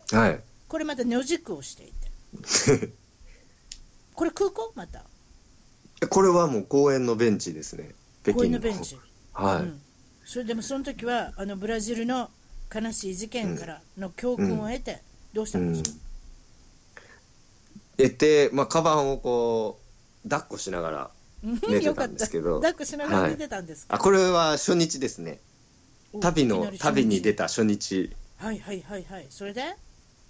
Speaker 1: た時
Speaker 2: はい。
Speaker 1: これまた野宿をしていて これ空港また
Speaker 2: これはもう公園のベンチですね。北京
Speaker 1: 公園のベンチ。
Speaker 2: は
Speaker 1: う
Speaker 2: い。
Speaker 1: んそれでもその時はあのブラジルの悲しい事件からの教訓を得て、どうしたんですか、
Speaker 2: えて、まあ、カバンをこう、抱っこしながら、
Speaker 1: うん
Speaker 2: 寝 て
Speaker 1: よか
Speaker 2: た
Speaker 1: っ
Speaker 2: んで
Speaker 1: た
Speaker 2: すけど
Speaker 1: 抱っこしながら寝てたんですか、
Speaker 2: あ、これは初日ですね。旅
Speaker 1: いき
Speaker 2: の
Speaker 1: なり初日
Speaker 2: 旅に出た初日
Speaker 1: はいはいはいはいそれで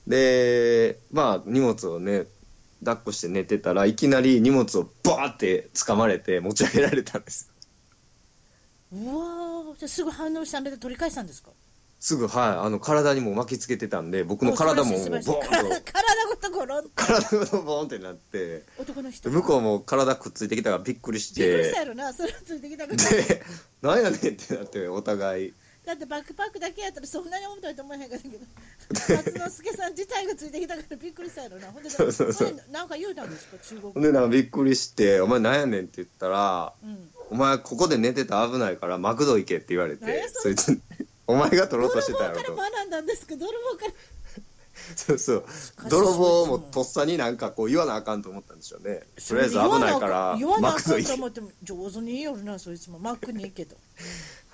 Speaker 2: でまあ荷物をね抱っこして寝てたらいきなり荷物をバーって掴まれて持ち上げられたんです
Speaker 1: うわーじゃあすぐ反応したんで取り返したんですか
Speaker 2: すぐはいあの体にも巻きつけてたんで僕の体も
Speaker 1: お
Speaker 2: ボ
Speaker 1: 素晴
Speaker 2: ー
Speaker 1: らし
Speaker 2: ン
Speaker 1: い素晴
Speaker 2: と
Speaker 1: らしい体体ごとゴロンって
Speaker 2: 体がボーンってなって
Speaker 1: 男の人
Speaker 2: で向こうも体くっついてきたからびっくりし
Speaker 1: びっくりした
Speaker 2: て
Speaker 1: やろなそれついてき たから
Speaker 2: でなんやねんってなってお互い
Speaker 1: だってバックパックだけやったらそんなに重たいと思えへんかったけ ど松之助さん自体がついてきたからびっくりしたやろなほんで
Speaker 2: そうそうそう
Speaker 1: 前なんか言うたんですか中国
Speaker 2: ほんでなんかびっくりして「お前なんやねん」って言ったら
Speaker 1: うん
Speaker 2: お前ここで寝てたら危ないからマクド行けって言われ
Speaker 1: 何
Speaker 2: て
Speaker 1: やそ
Speaker 2: そ
Speaker 1: れ
Speaker 2: いつにお前が取
Speaker 1: 泥
Speaker 2: ろうとして
Speaker 1: 棒
Speaker 2: た
Speaker 1: か
Speaker 2: や
Speaker 1: ら
Speaker 2: ろと
Speaker 1: 学んだんですか泥棒から
Speaker 2: そうそう
Speaker 1: かし
Speaker 2: 泥棒も
Speaker 1: そいつも
Speaker 2: とっさになんかこう言わなあかんと思ったんでしょうね
Speaker 1: そ
Speaker 2: とりあ
Speaker 1: れ
Speaker 2: えず危ないから
Speaker 1: 言わな
Speaker 2: マ
Speaker 1: あ
Speaker 2: ク
Speaker 1: か
Speaker 2: ド
Speaker 1: んと
Speaker 2: 行
Speaker 1: 思っても上手に言いよるなそいつもマックに行けと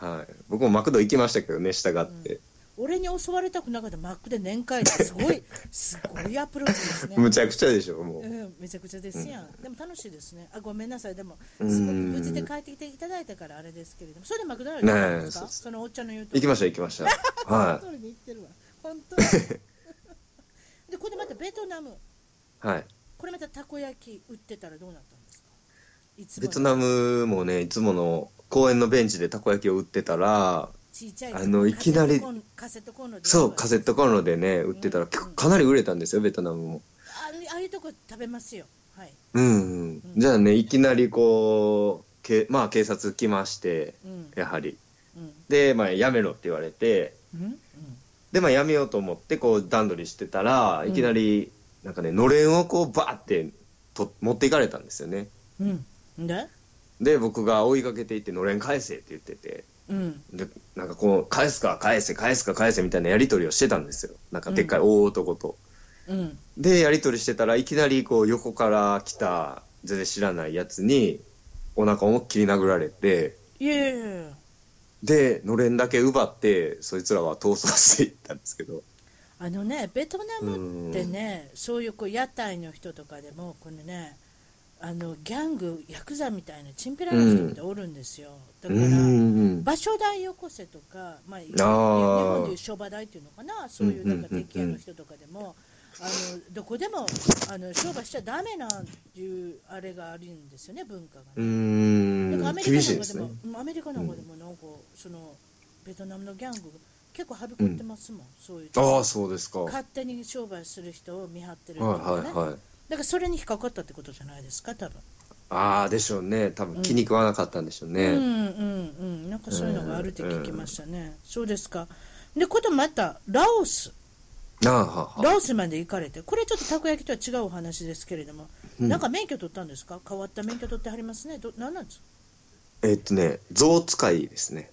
Speaker 2: け、はい、僕もマクド行きましたけどね従って、
Speaker 1: 俺に襲われたくなかったマックで年会ってす ごいすごいアプローチですね
Speaker 2: むちゃくちゃでしょもう、
Speaker 1: うん、めちゃくちゃですやん、でも楽しいですねあごめんなさいでも
Speaker 2: ん
Speaker 1: すごく無事で帰ってきていただいたからあれですけれどもそれでマクドナルド行ったんですか、
Speaker 2: ねえそう
Speaker 1: そのおっちゃんの言うと
Speaker 2: 行きました行きました は
Speaker 1: その通りに行ってるわ本当にでこれまたベトナム
Speaker 2: い、はい、
Speaker 1: これまたたこ焼き売ってたらどうなったんですかいつも
Speaker 2: ベ
Speaker 1: の
Speaker 2: トナムもねいつもの公園のベンチでたこ焼きを売ってたら
Speaker 1: ちいちゃい
Speaker 2: あのいきなり
Speaker 1: カセットコンロで
Speaker 2: そうカセットコンロでね売ってたら結構かなり売れたんですよベトナムも
Speaker 1: あああいうとこ食べますよはい、
Speaker 2: うん、うん、じゃあねいきなりこうけまあ警察来まして
Speaker 1: うん
Speaker 2: やはり
Speaker 1: うん
Speaker 2: でまあやめろって言われて
Speaker 1: うんうん、
Speaker 2: でまあやめようと思ってこう段取りしてたらいきなりなんかねのれんをこうバーってと持っていかれたんですよね
Speaker 1: うん、んで、
Speaker 2: で僕が追いかけていってのれん返せって言ってて
Speaker 1: うん、
Speaker 2: でなんかこう返すか返せ返すか返せみたいなやり取りをしてたんですよなんかでっかい大男と、
Speaker 1: うん、
Speaker 2: でやり取りしてたらいきなりこう横から来た全然知らないやつにお腹思いっきり殴られて
Speaker 1: いやいやいやいや
Speaker 2: でのれんだけ奪ってそいつらは逃走していったんですけど
Speaker 1: あのねベトナムってねそういうこう屋台の人とかでもこのねあのギャングヤクザみたいなチンピラの人っておるんですよ、だ
Speaker 2: う
Speaker 1: から、
Speaker 2: ん
Speaker 1: 場所代よこせとか、まあ、日本でいう商売代っていうのかなそういうなんか出来屋の人とかでも、あのどこでもあの商売しちゃダメなんていうあれがあるんですよね文化がね。
Speaker 2: う
Speaker 1: なんかア
Speaker 2: ん
Speaker 1: メリカ
Speaker 2: 厳
Speaker 1: の
Speaker 2: しい
Speaker 1: 方
Speaker 2: です
Speaker 1: でも
Speaker 2: ね、
Speaker 1: うんアメリカの方でもなんか、そのベトナムのギャングが結構はびこってますもん、そういうとこ
Speaker 2: ああそうですか
Speaker 1: 勝手に商売する人を見張ってるとか
Speaker 2: は
Speaker 1: ね、
Speaker 2: いはいはい。
Speaker 1: だからそれに引っかかったってことじゃないですか多分、
Speaker 2: ああ、でしょうね。多分気に食わなかったんでしょうね。
Speaker 1: うんうんうんなんかそういうのがあるって聞きましたね、そうですかでことまたラオス
Speaker 2: ああ、はあはあ。
Speaker 1: ラオスまで行かれてこれちょっとたこ焼きとは違うお話ですけれども、なんか免許取ったんですか変わった免許取ってはりますねどなんなんですか
Speaker 2: えっとね、象使いですね。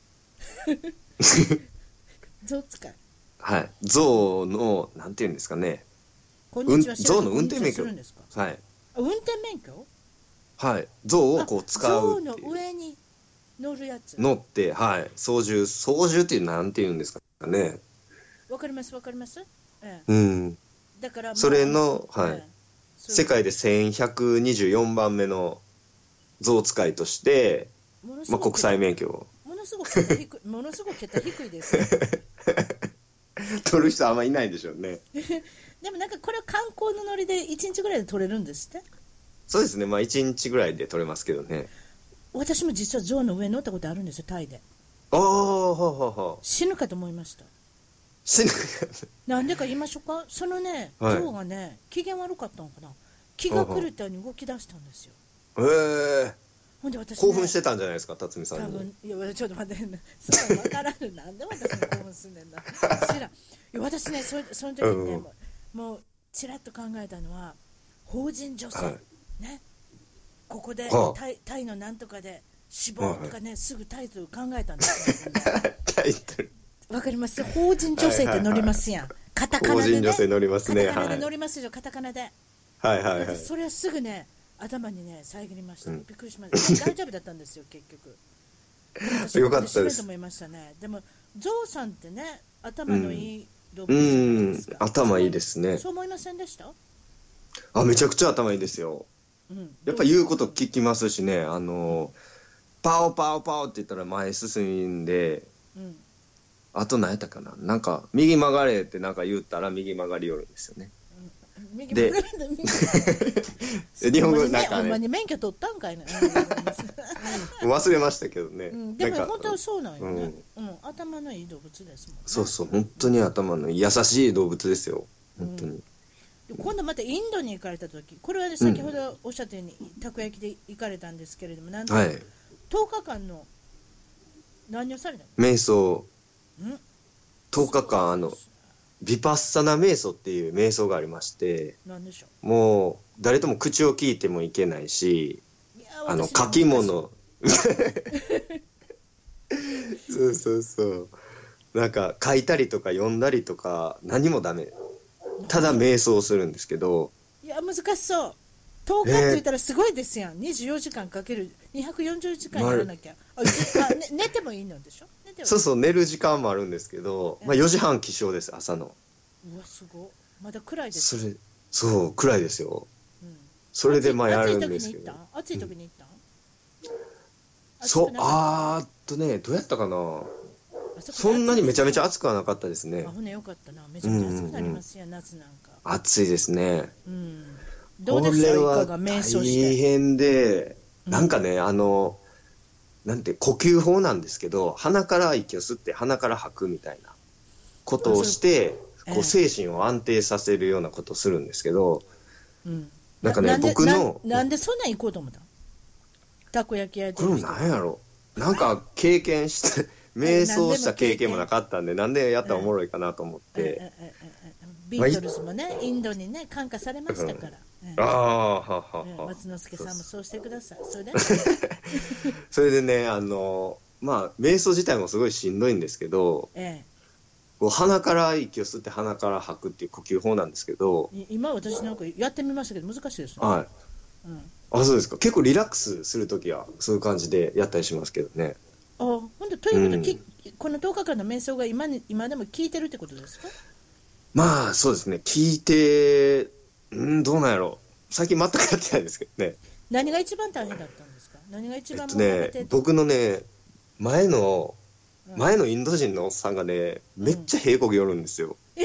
Speaker 1: 象使い
Speaker 2: はい。象の、なんていうんですかね。
Speaker 1: こん
Speaker 2: うん、
Speaker 1: にちは
Speaker 2: 象の運転
Speaker 1: こんに
Speaker 2: 免
Speaker 1: ちはす
Speaker 2: 許
Speaker 1: るんですか。
Speaker 2: はい。
Speaker 1: あ運転免許
Speaker 2: はい。象をこう使うって
Speaker 1: 象の
Speaker 2: いう。
Speaker 1: 上に乗るやつ
Speaker 2: 乗って、はい。操縦、操縦っていう、なんていうんですかね。
Speaker 1: わかりますわかります、ええ、
Speaker 2: うん。
Speaker 1: だからもう
Speaker 2: それの、は
Speaker 1: え
Speaker 2: い
Speaker 1: え。そう
Speaker 2: 世界で1124番目の象使いとして、
Speaker 1: ものす
Speaker 2: まあ、
Speaker 1: ごく
Speaker 2: 国際免許を
Speaker 1: ものすごく桁 低いものすごく桁低いです よ
Speaker 2: 取る人あんまいないでしょうね。
Speaker 1: でもなんかこれは観光のノリで1日ぐらいで取れるんですって
Speaker 2: そうですね。まあ、1日ぐらいで取れますけどね。
Speaker 1: 私も実は象の上に乗ったことあるんですよタイで
Speaker 2: ああ、はあはあはあ。
Speaker 1: 死ぬかと思いました
Speaker 2: 死ぬ
Speaker 1: なんでか言いましょうかそのね
Speaker 2: はい
Speaker 1: 象がね機嫌悪かったのかな気が狂ったように動き出したんですよ
Speaker 2: へえ
Speaker 1: ほんで私、ね、
Speaker 2: 興奮してたんじゃないですか辰巳さ
Speaker 1: 多
Speaker 2: んに
Speaker 1: 分いやちょっと待ってそう分からんなんで私も興奮すんねんな知らんいや私ねそその時にね、
Speaker 2: うん
Speaker 1: もうもうちらっと考えたのは法人女性、
Speaker 2: はい
Speaker 1: ねここで、
Speaker 2: はあ
Speaker 1: タイタイのなんとかで死亡とかね、すぐタイトル考えたんですよ
Speaker 2: タイトル
Speaker 1: わかります法人女性って乗りますやん、カタカ
Speaker 2: 法
Speaker 1: ナで
Speaker 2: 人
Speaker 1: ね
Speaker 2: 女性乗りますね
Speaker 1: カタカナ
Speaker 2: は
Speaker 1: で
Speaker 2: い
Speaker 1: 乗りますよ、カタカナで
Speaker 2: はいはいはい
Speaker 1: 私それはすぐね頭にね遮りました、ねびっくりしま した大丈夫だったんですよ結局私
Speaker 2: よかったです
Speaker 1: 死ぬと思いましたねでもゾウさんってね頭のいい動物じゃないですか
Speaker 2: うん頭いいですね
Speaker 1: そう思いませんでした、
Speaker 2: あめちゃくちゃ頭いいですよ
Speaker 1: うん、
Speaker 2: やっぱ言うこと聞きますしねあのパオパオパオって言ったら前進んで
Speaker 1: うん
Speaker 2: あと何やったかななんか、右曲がれってなんか言ったら右曲がりよるんですよね。
Speaker 1: 右
Speaker 2: で
Speaker 1: 曲がり右
Speaker 2: え日本
Speaker 1: ほんま
Speaker 2: 語
Speaker 1: に
Speaker 2: なん
Speaker 1: ほ
Speaker 2: か
Speaker 1: んま
Speaker 2: ね、
Speaker 1: に免許取ったんかいな、
Speaker 2: 忘れましたけどね。
Speaker 1: うん、でも
Speaker 2: なんか
Speaker 1: 本当そうなんよね、うん頭のいい動物ですもんね
Speaker 2: そうそう、本当に頭のいい優しい動物ですよ。本当に。
Speaker 1: 今度またインドに行かれた時これはね先ほどおっしゃったように、たこ焼きで行かれたんですけれどもなんと
Speaker 2: はい
Speaker 1: 10。日間の何をされた
Speaker 2: 瞑想、
Speaker 1: のん
Speaker 2: 10日間、あの、ビパッサナ瞑想っていう瞑想がありまして、
Speaker 1: 何でしょ
Speaker 2: もう、誰とも口を聞いてもいけないし、
Speaker 1: ういや
Speaker 2: あの、
Speaker 1: 私は
Speaker 2: 書き物。そうそうそう。なんか、書いたりとか読んだりとか、何もダメ。ただ瞑想するんですけど、
Speaker 1: いや難しそう10日って言ったらすごいですやん、24時間かける240時間やらなきゃ、あじあ、ね、 寝てもいいのでしょ寝てもいい
Speaker 2: そうそう、寝る時間もあるんですけど、まあ4時半起床です、朝の。
Speaker 1: うわすごいまだ暗いです
Speaker 2: それ、そう、暗いですよ。
Speaker 1: うん
Speaker 2: それでまあや
Speaker 1: 暑い
Speaker 2: るん
Speaker 1: 時
Speaker 2: で
Speaker 1: に
Speaker 2: す
Speaker 1: 行
Speaker 2: け
Speaker 1: っ
Speaker 2: ど
Speaker 1: た。暑い時に行った、
Speaker 2: そう、
Speaker 1: あ
Speaker 2: あーっとね、どうやったかな。そんなにめちゃめちゃ暑くはなかったですね
Speaker 1: あ。ほねよかったなめちゃめちゃ暑くなりますや、夏なんか
Speaker 2: 暑いですね。
Speaker 1: うんどうでした
Speaker 2: これ
Speaker 1: い
Speaker 2: は
Speaker 1: かが瞑想
Speaker 2: 大
Speaker 1: して
Speaker 2: 変で、
Speaker 1: うん
Speaker 2: なんかね、あの、なんて、呼吸法なんですけど、鼻から息を吸って、鼻から吐くみたいなことをして、
Speaker 1: そう
Speaker 2: こう
Speaker 1: え
Speaker 2: 精神を安定させるようなことをするんですけど、
Speaker 1: うん
Speaker 2: なんか
Speaker 1: で
Speaker 2: ね僕の
Speaker 1: ななんでそんなん行こうと思ったのたこ焼き屋で
Speaker 2: これもなんやろ。なんか経験 して、瞑想した経験もなかったんで、なんでやったらおもろいかなと思っ
Speaker 1: え
Speaker 2: て。
Speaker 1: えええええビートルズもねインドにね感化されましたから、ええ
Speaker 2: ああ、はは
Speaker 1: ええ
Speaker 2: は。
Speaker 1: 松之助さんもそうしてくださいそ れで
Speaker 2: それでね、あの、まあ、瞑想自体もすごいしんどいんですけど、
Speaker 1: え
Speaker 2: こう鼻から息を吸って鼻から吐くっていう呼吸法なんですけど、
Speaker 1: えい今私なんかやってみましたけど難しいですね、
Speaker 2: はい。
Speaker 1: うん、
Speaker 2: あ、そうですか。結構リラックスするときは、そういう感じでやったりしますけどね。
Speaker 1: あほんとということは、
Speaker 2: うん
Speaker 1: きこの10日間の瞑想が今に今でも効いてるってことですか
Speaker 2: まあ、そうですね。聞いて、うん、どうなんやろう。最近全くやってないんですけどね。
Speaker 1: 何が一番大変だったんですか何が一
Speaker 2: えっ
Speaker 1: 番
Speaker 2: と
Speaker 1: もう苦手
Speaker 2: ね、僕のね、前の、
Speaker 1: うん
Speaker 2: 前のインド人のおっさんがね、めっちゃ平こぎ寄るんですよ。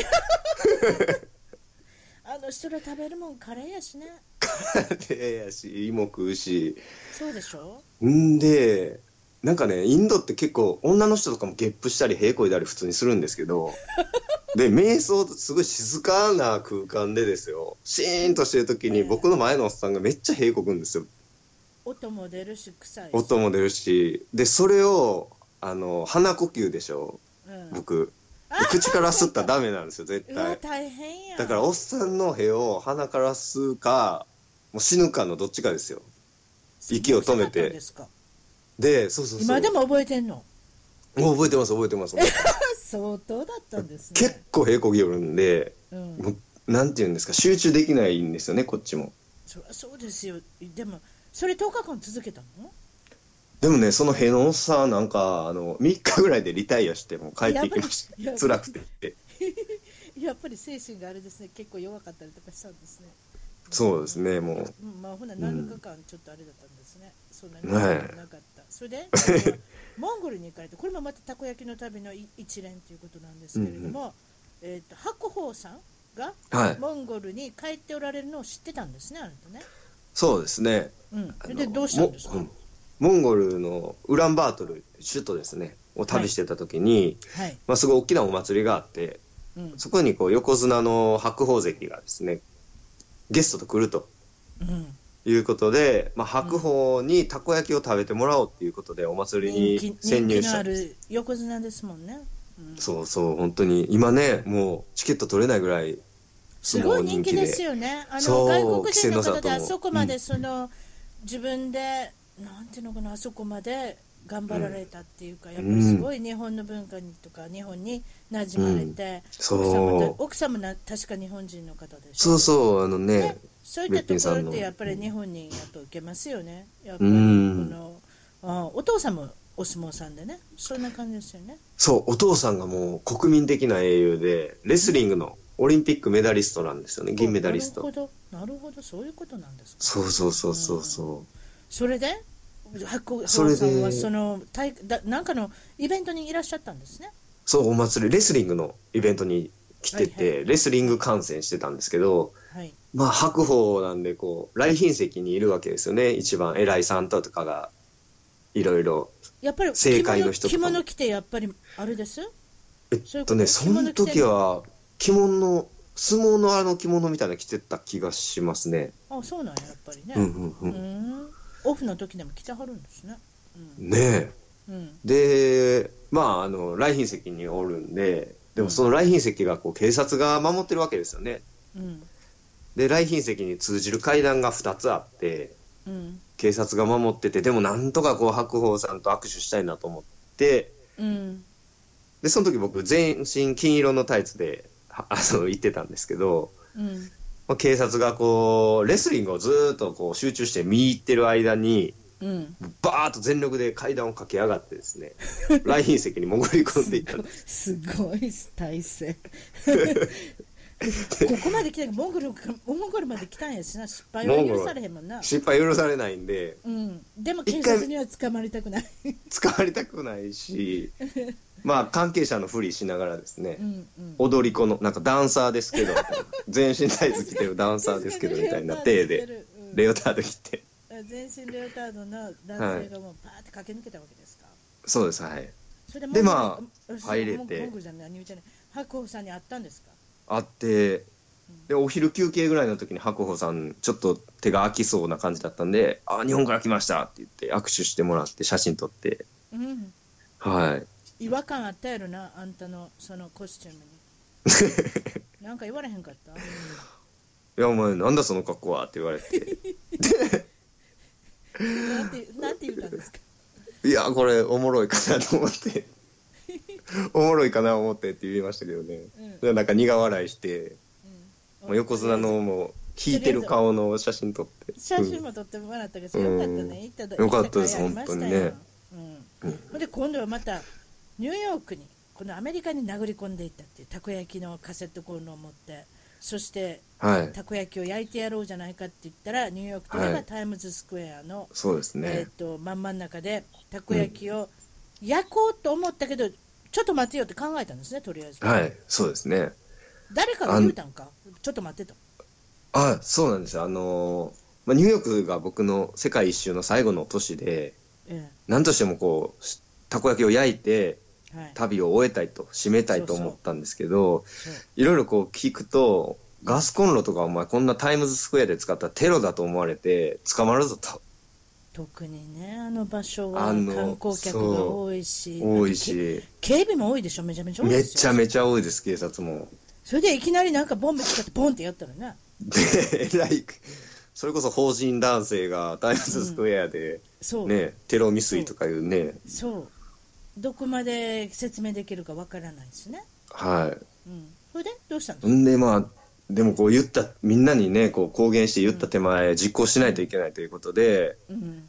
Speaker 1: あの人ら食べるもんカレーやしね
Speaker 2: で、やし、芋食うし。
Speaker 1: そうでしょ
Speaker 2: んで、なんかね、インドって結構女の人とかもゲップしたり、平こいだり普通にするんです けど、で、瞑想、すごい静かな空間でですよ、シーンとしてる時
Speaker 1: ええ
Speaker 2: に、僕の前のおっさんがめっちゃ平こくんですよ。
Speaker 1: 音も出るし臭いし
Speaker 2: 音も出るし、で、それを、あの、鼻呼吸でしょ、
Speaker 1: うん、
Speaker 2: 僕。で口から吸ったらダメなんですよ、絶
Speaker 1: うわ
Speaker 2: 対。
Speaker 1: 大変や
Speaker 2: だから、おっさんの屁を鼻から吸うか、もう死ぬかのどっちかですよ。息を止めて
Speaker 1: そうですか
Speaker 2: で、そうそうそう。
Speaker 1: 今でも覚えてんの
Speaker 2: もう覚えてます、覚え てます。覚えてます
Speaker 1: あ相当だったんですね
Speaker 2: 結構平こぎ寄るんで、
Speaker 1: うん、
Speaker 2: もうなんていうんですか集中できないんですよねこっちも
Speaker 1: そりゃそうですよでもそれ10日間続けたの
Speaker 2: でもねその辺のおっさんなんかあの3日ぐらいでリタイアしてもう帰っていきまし
Speaker 1: やばい
Speaker 2: た辛くて
Speaker 1: やっぱり精神があれですね結構弱かったりとかしたんですね
Speaker 2: そうですねもう
Speaker 1: うん、まあほな
Speaker 2: うん
Speaker 1: 何日間ちょっとあれだったんですね、そんなに
Speaker 2: ねえ
Speaker 1: なかった、それで モンゴルに行かれてこれもまたたこ焼きの旅のい一連ということなんですけれども、えー、と白鵬さんが
Speaker 2: はい
Speaker 1: モンゴルに帰っておられるのを知ってたんですねあなたね、
Speaker 2: そうですね
Speaker 1: う
Speaker 2: あ
Speaker 1: ん、
Speaker 2: の
Speaker 1: でどうしたんですか、
Speaker 2: もうんモンゴルのウランバートル首都ですねを旅してた時に、
Speaker 1: はい、
Speaker 2: まあ、すごい大きなお祭りがあって
Speaker 1: うん
Speaker 2: そこにこう横綱の白鵬関がですねゲストと来ると
Speaker 1: うん、
Speaker 2: いうことで、まあ、白鵬にたこ焼きを食べてもらおうっていうことでお祭り
Speaker 1: 人
Speaker 2: に
Speaker 1: 気
Speaker 2: 潜
Speaker 1: 人
Speaker 2: 入
Speaker 1: 気
Speaker 2: し
Speaker 1: の
Speaker 2: た
Speaker 1: あ
Speaker 2: んです
Speaker 1: る横綱ですもんね、うん、
Speaker 2: そうそう本当に今ねもうチケット取れないぐらい
Speaker 1: す
Speaker 2: 相
Speaker 1: ご
Speaker 2: 撲
Speaker 1: い人気ですよね。あの
Speaker 2: そう
Speaker 1: 外国人の方で
Speaker 2: 稀勢の里も
Speaker 1: あそこまでその、自分でなんていうのかなあそこまで頑張られたっていうか、やっぱりすごい日本の文化にとか日本に馴染まれて、
Speaker 2: そう
Speaker 1: 奥様と奥様な確か日本人の方でしょ。
Speaker 2: そうそうあのね
Speaker 1: ねそういったとこ
Speaker 2: べっぴんさん
Speaker 1: ろっ
Speaker 2: の
Speaker 1: てやっぱり日本にやっぱ受けますよね。やっぱ
Speaker 2: う
Speaker 1: りこ
Speaker 2: ん
Speaker 1: の、あお父さんもお相撲さんでね、そんな感じですよね。
Speaker 2: そうお父さんがもう国民的な英雄でレスリングのオリンピックメダリストなんですよね銀メダリス
Speaker 1: な
Speaker 2: ト
Speaker 1: るほど、なるほど、そういうことなんですか。
Speaker 2: そうそうそうそうそう
Speaker 1: それで白鵬
Speaker 2: それで
Speaker 1: さんはその大だなんかのイベントにいらっしゃったんですね。
Speaker 2: そうお祭りレスリングのイベントに来てて、
Speaker 1: は
Speaker 2: レスリング観戦してたんですけど、
Speaker 1: はい
Speaker 2: まあ、白鵬なんでこう来賓席にいるわけですよね一番偉いさんとかがいろいろ
Speaker 1: やっぱり
Speaker 2: 正解の人
Speaker 1: 着
Speaker 2: とか
Speaker 1: 物着物
Speaker 2: も
Speaker 1: 着てやっぱりあれです
Speaker 2: え
Speaker 1: そういうこと
Speaker 2: っとねその時は着物の相撲のあの着物みたいなの着てた気がしますね。
Speaker 1: あそうなんややっぱりね、
Speaker 2: うんうんうん
Speaker 1: うんオフの時でも着てはるんですね
Speaker 2: ねえ
Speaker 1: うん、うん、
Speaker 2: でまああの来賓席におるんででもその来賓席がこう警察が守ってるわけですよね
Speaker 1: うん
Speaker 2: で来賓席に通じる階段が2つあって
Speaker 1: うん
Speaker 2: 警察が守っててでもなんとかこう白鵬さんと握手したいなと思って
Speaker 1: うん
Speaker 2: でその時僕全身金色のタイツではあの行ってたんですけど、
Speaker 1: うん
Speaker 2: まあ、警察がこうレスリングをずーっとこう集中して見入ってる間に
Speaker 1: うん
Speaker 2: バーッと全力で階段を駆け上がってで すね来賓席に潜り込んでいったんです
Speaker 1: すごい体 勢ここまで来たけどモンゴルかモンゴルまで来たんやしな失敗は許されへんもんな、
Speaker 2: 失敗許されないんで
Speaker 1: うん、でも警察には捕まりたくない、
Speaker 2: 使われたくない しまあ関係者のふりしながらですね、
Speaker 1: うんうん、
Speaker 2: 踊り子のなんかダンサーですけど全身タイツ着てるダンサーですけどみたいな体でレ
Speaker 1: レオ
Speaker 2: オタード着て
Speaker 1: 全身レオタードの男性がもうパーって駆け抜けたわけですか、
Speaker 2: そうですはい
Speaker 1: それで
Speaker 2: でま
Speaker 1: あ
Speaker 2: 入れて
Speaker 1: モンゴルじゃない何みたいな白鵬さんに会ったんですか
Speaker 2: あってでお昼休憩ぐらいの時に白鵬さんちょっと手が空きそうな感じだったんで「あ日本から来ました」って言って握手してもらって写真撮って
Speaker 1: うん
Speaker 2: はい
Speaker 1: 違和感あったやろなあんたのそのコスチュームに なんか言われへんかった
Speaker 2: 「いやお前なんだその格好は」って言われ て
Speaker 1: なんてなんて言ったんですか
Speaker 2: 「いやこれおもろいかな」と思って「おもろいかな思って」って言いましたけどね
Speaker 1: うん
Speaker 2: でなんか苦笑いしてもう横綱のもう引いてる顔の写真撮って
Speaker 1: 写真も撮ってもらったけど、よかったね、
Speaker 2: うん
Speaker 1: 行っただ
Speaker 2: よかったです
Speaker 1: 行甲斐ありましたよ
Speaker 2: 本
Speaker 1: うん、ほんで今度はまたニューヨークにこのアメリカに殴り込んでいったっていうたこ焼きのカセットコンロを持ってそして
Speaker 2: うんはい
Speaker 1: たこ焼きを焼いてやろうじゃないかって言ったらニューヨークといえ
Speaker 2: は
Speaker 1: ば
Speaker 2: い
Speaker 1: タイムズスクエアの、
Speaker 2: そうです
Speaker 1: え
Speaker 2: ね
Speaker 1: っと真ん真ん中でたこ焼きを焼こうと思ったけど、ちょっと待てよって考えたんですねとりあえず、
Speaker 2: はいそうですね
Speaker 1: 誰かが言うたんかちょっと待ってと
Speaker 2: あそうなんですよあのーまあ、ニューヨークが僕の世界一周の最後の都市で
Speaker 1: え
Speaker 2: 何としてもこうしたこ焼きを焼いて
Speaker 1: えはい
Speaker 2: 旅を終えたいと締めたいと思ったんですけど
Speaker 1: そう
Speaker 2: いろいろこう聞くとガスコンロとかお前こんなタイムズスクエアで使ったらテロだと思われて捕まるぞと
Speaker 1: 特にねあの場所は
Speaker 2: あの
Speaker 1: 観光客が多いし
Speaker 2: 多い
Speaker 1: あと
Speaker 2: し
Speaker 1: け警備も多いでしょめちゃめちゃ多いで
Speaker 2: め
Speaker 1: す
Speaker 2: ち
Speaker 1: よ
Speaker 2: ゃめちゃ多いです警察も。
Speaker 1: それでいきなりなんかボンベ使ってボンってやったらね
Speaker 2: で、え らい、それこそ法人男性がタイムズスクエアで、
Speaker 1: そう、
Speaker 2: ね、テロ未遂とかいうね、
Speaker 1: そうどこまで説明できるかわからないですね
Speaker 2: は
Speaker 1: うんそれでどうしたんで
Speaker 2: い。
Speaker 1: すか
Speaker 2: んで、まあ、でもこう言った、みんなにね、こう公言して言った手前、実行しないといけないということで、
Speaker 1: うん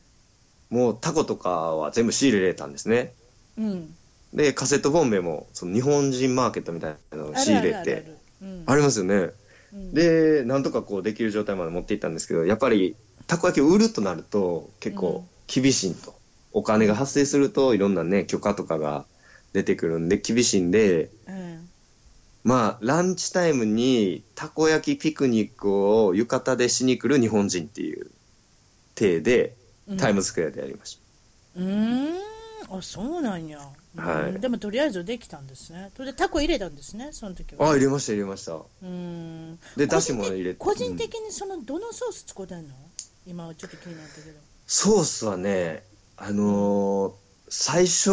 Speaker 2: もうタコとかは全部仕入れれたんですね。
Speaker 1: うん
Speaker 2: で、カセットボンベも、その日本人マーケットみたいなのを仕入れ
Speaker 1: あるあるあるあ
Speaker 2: て、
Speaker 1: るうん
Speaker 2: ありますよね。
Speaker 1: うん
Speaker 2: で、なんとかこうできる状態まで持っていったんですけど、やっぱり、たこ焼きを売るとなると、結構厳しいと。お金が発生すると、いろんなね、許可とかが出てくるんで、厳しいんで、
Speaker 1: うん
Speaker 2: まあ、ランチタイムに、たこ焼きピクニックを浴衣でしに来る日本人っていう、体で、タイムズスクエアでやりました。
Speaker 1: うーんあそうなんや、うん
Speaker 2: はい
Speaker 1: でもとりあえずできたんですねそれでタコ入れたんですねその時は
Speaker 2: あ、入れました、入れました。
Speaker 1: うん個人
Speaker 2: で出汁も入れ
Speaker 1: 的
Speaker 2: て
Speaker 1: 個人的にそのどのソース使うてんの今はちょっと気になったけど
Speaker 2: ソースはね、あのー最初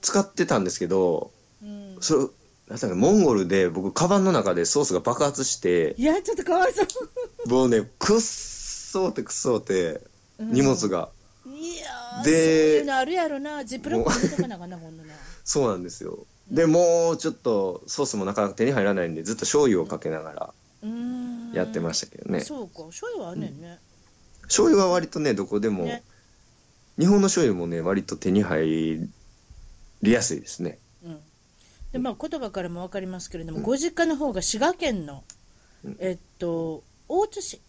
Speaker 2: 使ってたんですけど、
Speaker 1: うん
Speaker 2: それなんだかモンゴルで僕カバンの中でソースが爆発して
Speaker 1: いやちょっとかわいそう、
Speaker 2: もうねくっそうってくっそうって
Speaker 1: うん
Speaker 2: 荷物が、
Speaker 1: いやーそう
Speaker 2: で
Speaker 1: いうのあるやろなジップロックに入れとかなあかんなこんなな
Speaker 2: そうなんですよでもうちょっとソースもなかなか手に入らないんでずっと醤油をかけながら
Speaker 1: うーん
Speaker 2: やってましたけどね、
Speaker 1: そうか醤油はあんねんね、
Speaker 2: 醤油は割とねどこでも、
Speaker 1: ね
Speaker 2: 日本の醤油もね割と手に入りやすいですね
Speaker 1: うんでまあ言葉からも分かりますけれども、ご実家の方が滋賀県の、えっと大津市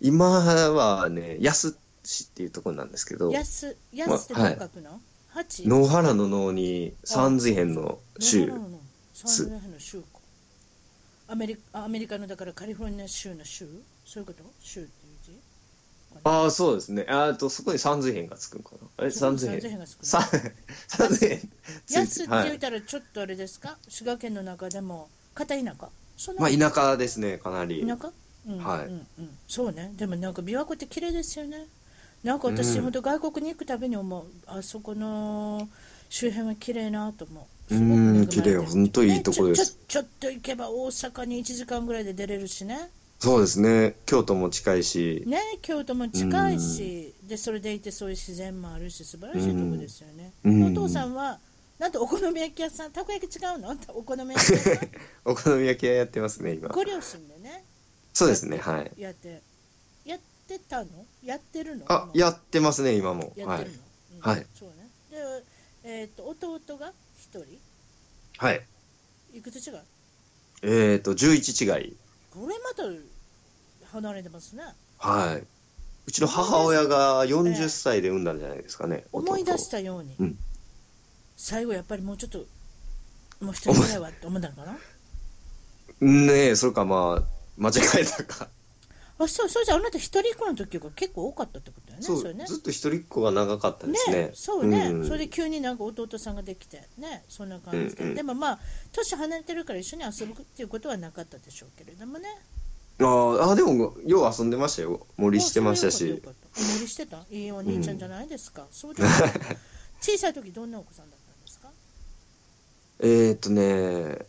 Speaker 2: 今はね安市っていうところなんですけど
Speaker 1: 安安ってどう書くの、八。
Speaker 2: 野原の脳に三髄編の州
Speaker 1: なるほど三重編の州か。アメリカアメリカのだからカリフォルニア州の州そういうこと州っていう字
Speaker 2: ああそうですねあーとそこに三髄編がつくんかなえ三髄編
Speaker 1: が少
Speaker 2: 三
Speaker 1: ない。
Speaker 2: 三髄編つ
Speaker 1: 安っ
Speaker 2: い
Speaker 1: て
Speaker 2: ては
Speaker 1: 言っ
Speaker 2: い
Speaker 1: たらちょっとあれですか、滋賀県の中でも片田舎そんな
Speaker 2: まあ田舎ですねかなり
Speaker 1: 田舎、うん
Speaker 2: はい
Speaker 1: うんうん、そうねでもなんか琵琶湖って綺麗ですよねなんか私
Speaker 2: うん
Speaker 1: ほんと外国に行くたびに思う、あそこの周辺は綺麗なと思う
Speaker 2: うん
Speaker 1: すごく恵まれてる
Speaker 2: 綺麗ほんといいとこです
Speaker 1: ねちょちょちょっと行けば大阪に1時間ぐらいで出れるしね
Speaker 2: そうですね京都も近いし
Speaker 1: ね京都も近いし、でそれでいてそういう自然もあるし素晴らしいとこですよね、
Speaker 2: うん
Speaker 1: お父さんはなんとお好み焼き屋さんたこ焼き違うのお好み焼き屋さん
Speaker 2: お好み焼き屋やってますね今
Speaker 1: ご両親で ね
Speaker 2: そうですねはい
Speaker 1: やってやってたのやってるの
Speaker 2: あ
Speaker 1: 今
Speaker 2: やってますね今も
Speaker 1: やっ
Speaker 2: は
Speaker 1: て
Speaker 2: い
Speaker 1: るの、うん
Speaker 2: はいはい
Speaker 1: そうねでえーっと弟が一人
Speaker 2: はい
Speaker 1: いくつ違う
Speaker 2: えっ、ー、と11違い
Speaker 1: これまた離れてますね
Speaker 2: はいうちの母親が40歳で産んだんじゃないですかね
Speaker 1: 思い出したたように、
Speaker 2: うん
Speaker 1: 最後やっぱりもうちょっともう一人ぐらいはって思ったのかな
Speaker 2: ねえそれかまあ間違えたか
Speaker 1: あそうそうじゃああなた一人っ子の時が結構多かったってことだよね
Speaker 2: そう
Speaker 1: れね
Speaker 2: ずっと一人っ子が長かったですね
Speaker 1: ねそうね、
Speaker 2: ん
Speaker 1: それで急になんか弟さんができてねそんな感じで、
Speaker 2: うんうん
Speaker 1: でもまあ年離れてるから一緒に遊ぶっていうことはなかったでしょうけれどもね
Speaker 2: あーあーでもよう遊んでましたよ森してました
Speaker 1: あそういう
Speaker 2: し
Speaker 1: ことよかった無理してたいいお兄ちゃんじゃないですか、そう ですよね小さい時どんなお子さんだったんですか
Speaker 2: えっ、ー、とね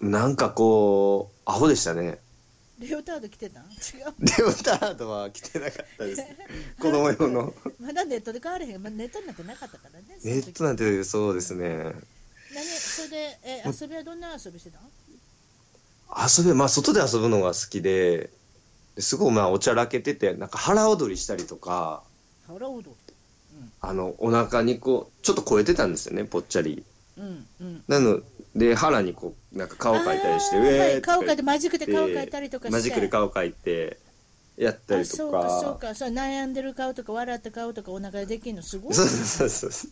Speaker 2: なんかこうアホでしたね
Speaker 1: レオタード着てた違う
Speaker 2: レオタードは着てなかっ たです子供用の
Speaker 1: まだネットで買われへん、まあ、ネットなんてなかったからね そ
Speaker 2: ネ
Speaker 1: の時
Speaker 2: ットなんてそうですね
Speaker 1: 何それで、え遊びはどんな遊びしてた
Speaker 2: 遊びまあ外で遊ぶのが好きですごいまあおちゃらけててなんか腹踊りしたりとか
Speaker 1: 腹踊り
Speaker 2: あのお腹にこうちょっと超えてたんですよねぽっちゃり
Speaker 1: うんうん
Speaker 2: なので腹にこうなんか顔描いたりして
Speaker 1: あ
Speaker 2: 「
Speaker 1: ー
Speaker 2: ウェ
Speaker 1: は
Speaker 2: ー
Speaker 1: い、
Speaker 2: って
Speaker 1: 顔描いてマジックで顔描いたりとかして
Speaker 2: マジックで顔描いてやったり
Speaker 1: あ
Speaker 2: と
Speaker 1: そう
Speaker 2: か
Speaker 1: かそうかそう悩んでる顔とか笑った顔とかお腹でできるのすごい
Speaker 2: そうそうそ うそう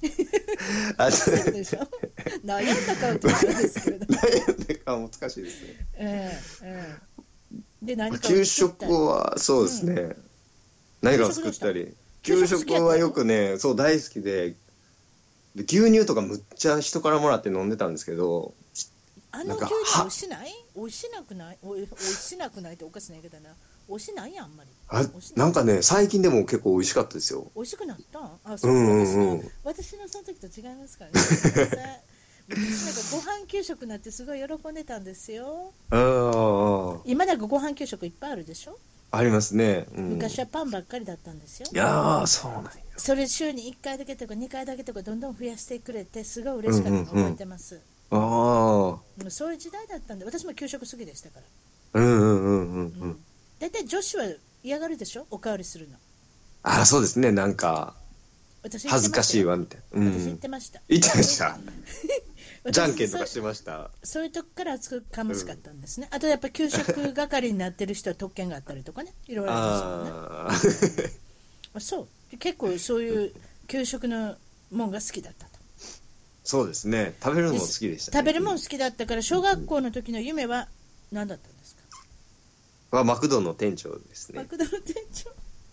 Speaker 2: あそ
Speaker 1: そうでしょ 悩んだ顔ってことですけれども、
Speaker 2: れなんか難しいですね
Speaker 1: ええええで何かを作ったり
Speaker 2: 給食はそうですね、何かを作ったり
Speaker 1: 給
Speaker 2: 給
Speaker 1: 食好きやったの
Speaker 2: 食はよくねそう大好きでで牛乳とかむっちゃ人からもらって飲んでたんですけど
Speaker 1: あの
Speaker 2: なん
Speaker 1: 牛
Speaker 2: か
Speaker 1: 乳
Speaker 2: は
Speaker 1: 美味しない美味しなくないおい美味しなくないっておかしな言い方な美味しないやんあんまり
Speaker 2: あ
Speaker 1: 美味しい
Speaker 2: なんかね最近でも結構美味しかったですよ
Speaker 1: 美味しくなったあ
Speaker 2: う
Speaker 1: そう、
Speaker 2: んう
Speaker 1: 私
Speaker 2: んう
Speaker 1: の
Speaker 2: ん
Speaker 1: 私のその時と違いますからねすいません私なんかご飯給食なんてすごい喜んでたんですよ
Speaker 2: あーあー
Speaker 1: 今なんかご飯給食いっぱいあるでしょ
Speaker 2: ありますね、うん、
Speaker 1: 昔はパンばっかりだったんですよ
Speaker 2: いやーそうなんや
Speaker 1: それ週に1回だけとか2回だけとかどんどん増やしてくれてすごい嬉しかったのを覚えてます、
Speaker 2: あ
Speaker 1: もうそういう時代だったんで私も給食好きでしたから
Speaker 2: あうんうんうんうんうん
Speaker 1: 大体女子は嫌がるでしょおかわりするの
Speaker 2: ああそうですねなんか
Speaker 1: 私言っ
Speaker 2: 恥
Speaker 1: て
Speaker 2: ず
Speaker 1: ま
Speaker 2: か
Speaker 1: し
Speaker 2: したい
Speaker 1: よ
Speaker 2: わみたいな、う
Speaker 1: 私言っ
Speaker 2: ん、
Speaker 1: てました
Speaker 2: 言ってました
Speaker 1: 私
Speaker 2: じゃんけんとかし
Speaker 1: そ
Speaker 2: てました
Speaker 1: そういうとこから熱くかましかったんですね、あとやっぱ給食係になってる人は特権があったりとかねいろいろありますよね
Speaker 2: ああ
Speaker 1: あそう結構そういう給食のもんが好きだったと
Speaker 2: そうですね。食べるのも好きでした、ね。
Speaker 1: 食べるもん好きだったから小学校の時の夢は何だったんですか、
Speaker 2: はマクドの店長です
Speaker 1: マ
Speaker 2: ね。
Speaker 1: クドの店長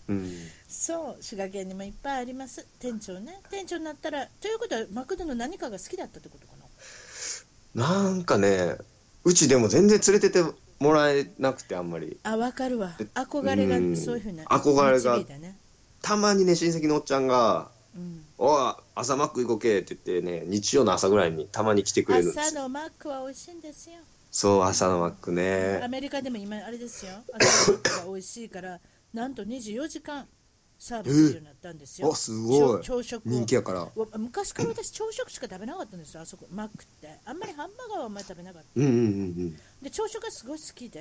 Speaker 2: うん。
Speaker 1: そう滋賀県にもいっぱいあります店長ね店長になったらということはマクドの何かが好きだったってことかな
Speaker 2: なんかね、うちでも全然連れててもらえなくてあんまり。
Speaker 1: あ分かるわ憧れが
Speaker 2: うん
Speaker 1: そういうふうな
Speaker 2: 憧れが
Speaker 1: 導いたね
Speaker 2: たまにね、親戚のおっちゃんが、
Speaker 1: うん
Speaker 2: おい、朝マック行こうけって言ってね、日曜の朝ぐらいにたまに来てくれるんで
Speaker 1: 朝
Speaker 2: すよ。
Speaker 1: のマックは美味しいんですよ
Speaker 2: そう、朝のマック
Speaker 1: ア
Speaker 2: ね。
Speaker 1: メリカでも今あれですよ朝のマックが美味しい からなんと24時間サービスするようになったんですよ
Speaker 2: お、すごい
Speaker 1: 朝。朝食を
Speaker 2: 人気やから。
Speaker 1: わ昔から私朝食しか食べなかったんですよあそこマックってあんまりハンバーガーはあんまり食べなかった
Speaker 2: うんうんうん
Speaker 1: で朝食がすごい好きで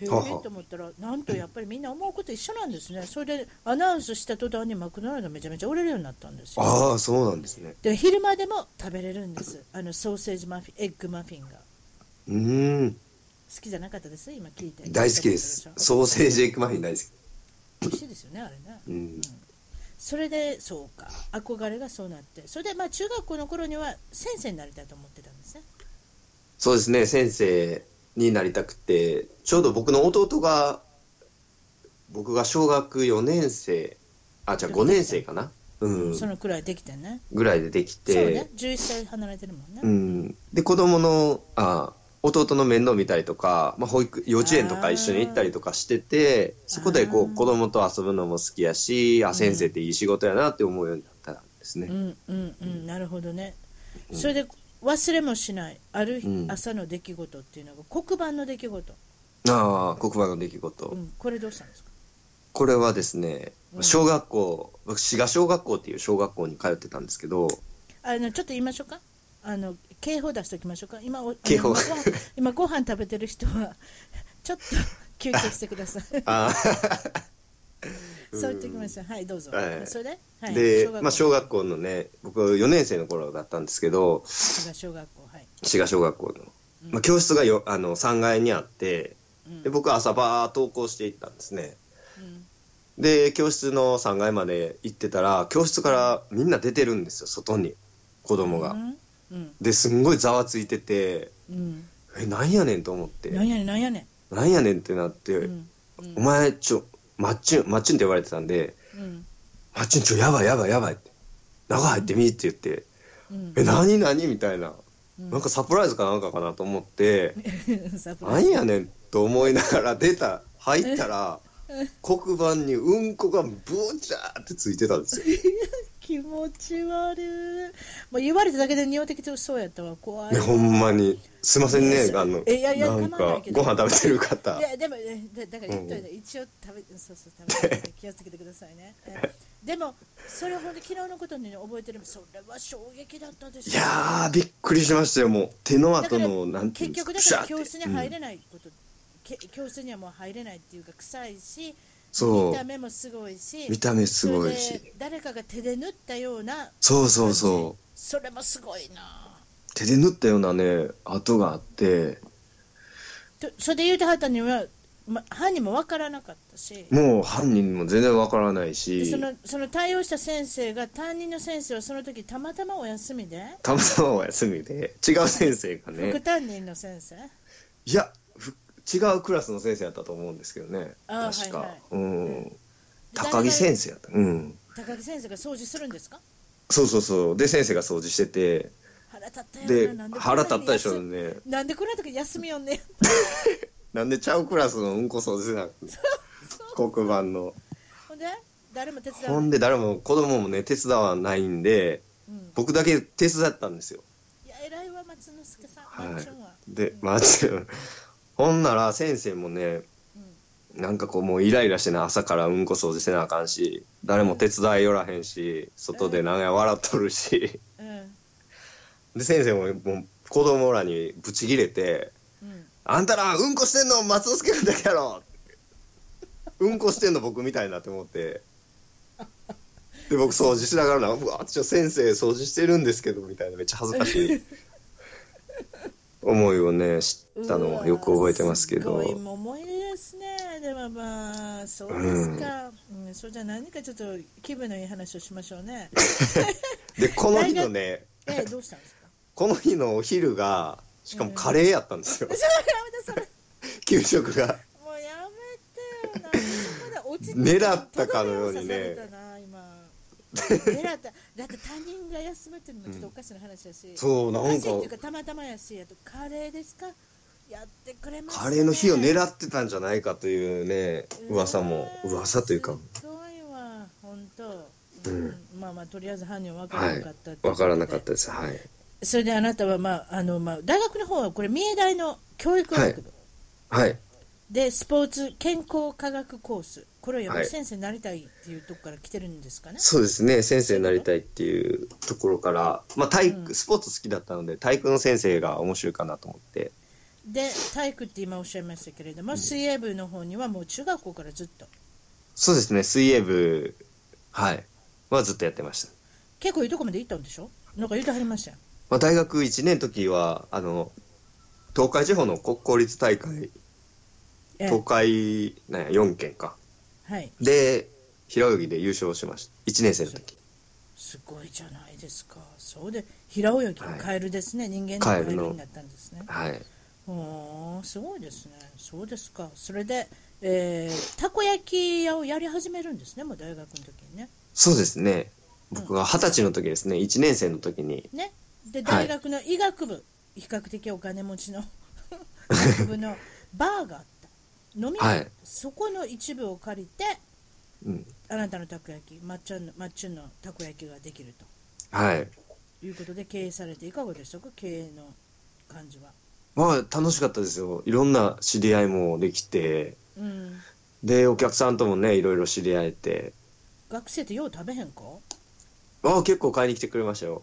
Speaker 1: へえ
Speaker 2: はは
Speaker 1: と思ったらなんとやっぱりみんな思うこと一緒なんですねそれでアナウンスした途端にマクドナルドめちゃめちゃ売れるようになったんです
Speaker 2: うん。
Speaker 1: よ
Speaker 2: ああ、そうなんですね。
Speaker 1: で昼間でも食べれるんですあのソーセージマフィンエッグマフィンが
Speaker 2: うーん。
Speaker 1: 好きじゃなかったです今聞いて
Speaker 2: 大好きです。ソーセージエッグマフィン大好き。
Speaker 1: 美味しいですよねあれね
Speaker 2: うん。
Speaker 1: それでそうか憧れがそうなってそれでまあ中学校の頃には先生になりたいと思ってたんですね
Speaker 2: そうですね、先生になりたくて、ちょうど僕の弟が、僕が小学4年生、あ、じゃあ5年生かな、うん、
Speaker 1: そのくらいできてね
Speaker 2: ぐらいででき
Speaker 1: そう
Speaker 2: て
Speaker 1: ね、11歳離れてるもんね、
Speaker 2: うん、で、子供の、あ、弟の面倒見たりとか、まあ、保育、幼稚園とか一緒に行ったりとかしてて、そこで
Speaker 1: あ
Speaker 2: こ
Speaker 1: ー
Speaker 2: う、子供と遊ぶのも好きやし、あ、先生っていい仕事やなって思うようになったんですね。
Speaker 1: うんうんうんなるほどね、それで忘れもしないある日
Speaker 2: うん
Speaker 1: 朝の出来事っていうのが黒板の出来事、
Speaker 2: ああ、黒板の出来事。
Speaker 1: うん、これどうしたんですか
Speaker 2: これはですね
Speaker 1: う、ん
Speaker 2: 小学校、僕、滋賀小学校っていう小学校に通ってたんですけど、
Speaker 1: あのちょっと言いましょうかあの警報出しておきましょうか今お
Speaker 2: 警報
Speaker 1: あの今ご飯今ご飯食べてる人はちょっと休憩してください
Speaker 2: あ
Speaker 1: そう言っておきましょうはいどうぞ、
Speaker 2: はい
Speaker 1: それで,、は
Speaker 2: ー
Speaker 1: い、
Speaker 2: で、
Speaker 1: 学校
Speaker 2: まあ、小学校のね、僕4年生の頃だったんですけど、
Speaker 1: 滋賀小学校はい、
Speaker 2: 滋賀小学校の、まあ、教室がよあの3階にあって、
Speaker 1: うん
Speaker 2: で、僕は朝バー登校していったんですね。
Speaker 1: うん
Speaker 2: で、教室の3階まで行ってたら、教室からみんな出てるんですよ、外に、子供
Speaker 1: う
Speaker 2: が。
Speaker 1: んうん
Speaker 2: で、すんごいざわついてて、
Speaker 1: うん
Speaker 2: え、なんやねんと思って、
Speaker 1: なんやねんなんやね
Speaker 2: なんやねんってなって、
Speaker 1: んうんうん
Speaker 2: お前、ちょ、マッチュン、マッチュンって言われてたんで、
Speaker 1: うん
Speaker 2: マッチュン、ちょ、やばいやばいやばいって、中入ってみって言って、
Speaker 1: うん
Speaker 2: え、何何みたいな、
Speaker 1: うん
Speaker 2: なんかサプライズかなんかかなと思って、
Speaker 1: サプライ
Speaker 2: 何
Speaker 1: ズ
Speaker 2: やねんと思いながら出た、入ったら、黒板にうんこがブチャーってついてたんですよ。
Speaker 1: 気持ち悪いもう言われただけで匂ってきてそうやったわ怖い
Speaker 2: ね、ほんまに。すいません
Speaker 1: い
Speaker 2: ね、
Speaker 1: や
Speaker 2: あの、
Speaker 1: いやいや
Speaker 2: なん
Speaker 1: 構わな
Speaker 2: か
Speaker 1: いけ、ど
Speaker 2: ご飯食べてる方
Speaker 1: い。やでもねだだから言っといて、一応食べそうそう食べ て気をつけてくださいねえでもそれほんで昨日のことに覚えてるそれは衝撃だったでしょ
Speaker 2: いやー、びっくりしましたよ、もう。手の
Speaker 1: だか
Speaker 2: 後
Speaker 1: ら
Speaker 2: の、なんてい
Speaker 1: 結
Speaker 2: うんです
Speaker 1: 局だから
Speaker 2: かプシ
Speaker 1: 教
Speaker 2: ャーって
Speaker 1: 室に入
Speaker 2: うん
Speaker 1: れないこと、け教室にはもう入れないっていうか臭いし
Speaker 2: そう
Speaker 1: 見た目もすごいし
Speaker 2: 見た目すご
Speaker 1: そ
Speaker 2: い
Speaker 1: れ
Speaker 2: し
Speaker 1: で。誰かが手で縫ったような
Speaker 2: そうそうそう。
Speaker 1: それもすごいな
Speaker 2: 手で縫ったようなね跡があって
Speaker 1: とそれで言うてはったには、ま、犯人もわからなかったし
Speaker 2: もう犯人も全然わからない
Speaker 1: で
Speaker 2: し
Speaker 1: そのその対応した先生が担任の先生はその時たまたまお休みで、
Speaker 2: たまたまお休みで違う先生が
Speaker 1: 副
Speaker 2: ね
Speaker 1: 担任の先生
Speaker 2: いやふ違うクラスの先生やったと思うんですけどね
Speaker 1: あー
Speaker 2: 確か、
Speaker 1: はいはい
Speaker 2: うん高木先生やったうん
Speaker 1: 高木先生が掃除するんですか
Speaker 2: そうそうそうで先生が掃除してて
Speaker 1: 腹立った
Speaker 2: で
Speaker 1: よななんこんなに
Speaker 2: 腹立ったでしょう
Speaker 1: 休
Speaker 2: ね
Speaker 1: なんでこんな時休みよんねん
Speaker 2: なんでちゃうクラスのうんこ掃除せ なくて黒板の
Speaker 1: ほんで誰も手伝
Speaker 2: ほ
Speaker 1: わ
Speaker 2: ん
Speaker 1: ない
Speaker 2: で誰も子供もね手伝わないんで
Speaker 1: うん、
Speaker 2: 僕だけ手伝ったんですよ
Speaker 1: いや偉いわ松之助さん、
Speaker 2: はい
Speaker 1: マッチョンは、
Speaker 2: で、マジで。 ほんなら先生もね、なんかこうもうイライラしてな、朝からうんこ掃除せなあかんし、誰も手伝いよらへんし、外でなんや笑っとるし、
Speaker 1: うんうん
Speaker 2: で、先生ももう子供らにブチギレて、
Speaker 1: うん、
Speaker 2: あんたらうんこしてんの松尾助君だけやろうんこしてんの僕みたいなって思って。で、僕掃除しながらな、うわ、ちょ、先生掃除してるんですけど、みたいな、めっちゃ恥ずかしい思いをね、知ったのはよく覚えてますけ
Speaker 1: う
Speaker 2: ど
Speaker 1: わ。すごいもう思い出ですねでもまあそうですか、うんそれじゃあ何かちょっと気分のいい話をしましょう ね
Speaker 2: で、この日のね、
Speaker 1: ええどうしたんですか
Speaker 2: この日のお昼が、しかもカレーやったんですよ
Speaker 1: そ、れやめてそれ
Speaker 2: 給食が。
Speaker 1: もうやめてよなそこで落ちて
Speaker 2: 狙ったかのように
Speaker 1: とど
Speaker 2: ね
Speaker 1: めを刺されたな今狙っただって他人が休むっていうのもちょっとおかしな話だし、
Speaker 2: そう、な
Speaker 1: おか
Speaker 2: ん
Speaker 1: しいっていう
Speaker 2: か
Speaker 1: か、たまたまやしやとカレーですかやってくれましたね
Speaker 2: カレーの日を狙ってたんじゃないかというね、噂も、
Speaker 1: うわ
Speaker 2: 噂というか、
Speaker 1: すごいわ本当、う
Speaker 2: うんん
Speaker 1: まあまあとりあえず犯人は分から
Speaker 2: は
Speaker 1: なか
Speaker 2: い
Speaker 1: ったっていうこ、とで
Speaker 2: わからなかったです。はい。
Speaker 1: それであなたはまああのまあ大学の方はこれ三重大の教育学部、
Speaker 2: はい。
Speaker 1: でスポーツ健康科学コースこれはやっぱり
Speaker 2: はい
Speaker 1: 先生になりたいっていうとこから来てるんですかね、
Speaker 2: そうですね、先生になりたいっていうところから、まあ、体育、
Speaker 1: うん
Speaker 2: スポーツ好きだったので、体育の先生が面白いかなと思って、
Speaker 1: で体育って今おっしゃいましたけれども、水泳部の方にはもう中学校からずっと
Speaker 2: そうですね、水泳部、はい、はずっとやってました。
Speaker 1: 結構いいとこまで行ったんでしょなんか言うてはりましたよ
Speaker 2: まあ、大学1年の時は、あの、東海地方の国公立大会、
Speaker 1: ええ
Speaker 2: 東海、なんや、4県か。
Speaker 1: はい
Speaker 2: で、平泳ぎで優勝しました1年生の時
Speaker 1: すごいじゃないですか。そうで、平泳ぎ、
Speaker 2: はい
Speaker 1: カエルですね。人間の
Speaker 2: カ
Speaker 1: カ
Speaker 2: エ
Speaker 1: エ
Speaker 2: ル
Speaker 1: ル
Speaker 2: の
Speaker 1: になったんですね。
Speaker 2: はい
Speaker 1: おー、すごいですね。そうですか。それで、えーたこ焼き屋をやり始めるんですね、もう大学の時にね。
Speaker 2: そうですね僕が二十歳の時ですね1年生の時に
Speaker 1: ね。で、
Speaker 2: は
Speaker 1: 大
Speaker 2: い
Speaker 1: 学の医学部、比較的お金持ちの 医学部のバーがあった。飲み屋、
Speaker 2: はい
Speaker 1: そこの一部を借りて、
Speaker 2: うん
Speaker 1: あなたのたこ焼き、まっちゃんの、まっちゅんのたこ焼きができる
Speaker 2: はい
Speaker 1: ということで経営されて、いかがでしたか、経営の感じは。
Speaker 2: まあ楽しかったですよいろんな知り合いもできて
Speaker 1: うん。
Speaker 2: でお客さんともねいろいろ知り合えて
Speaker 1: 学生ってよう食べへんか
Speaker 2: ああ結構買いに来てくれましたよ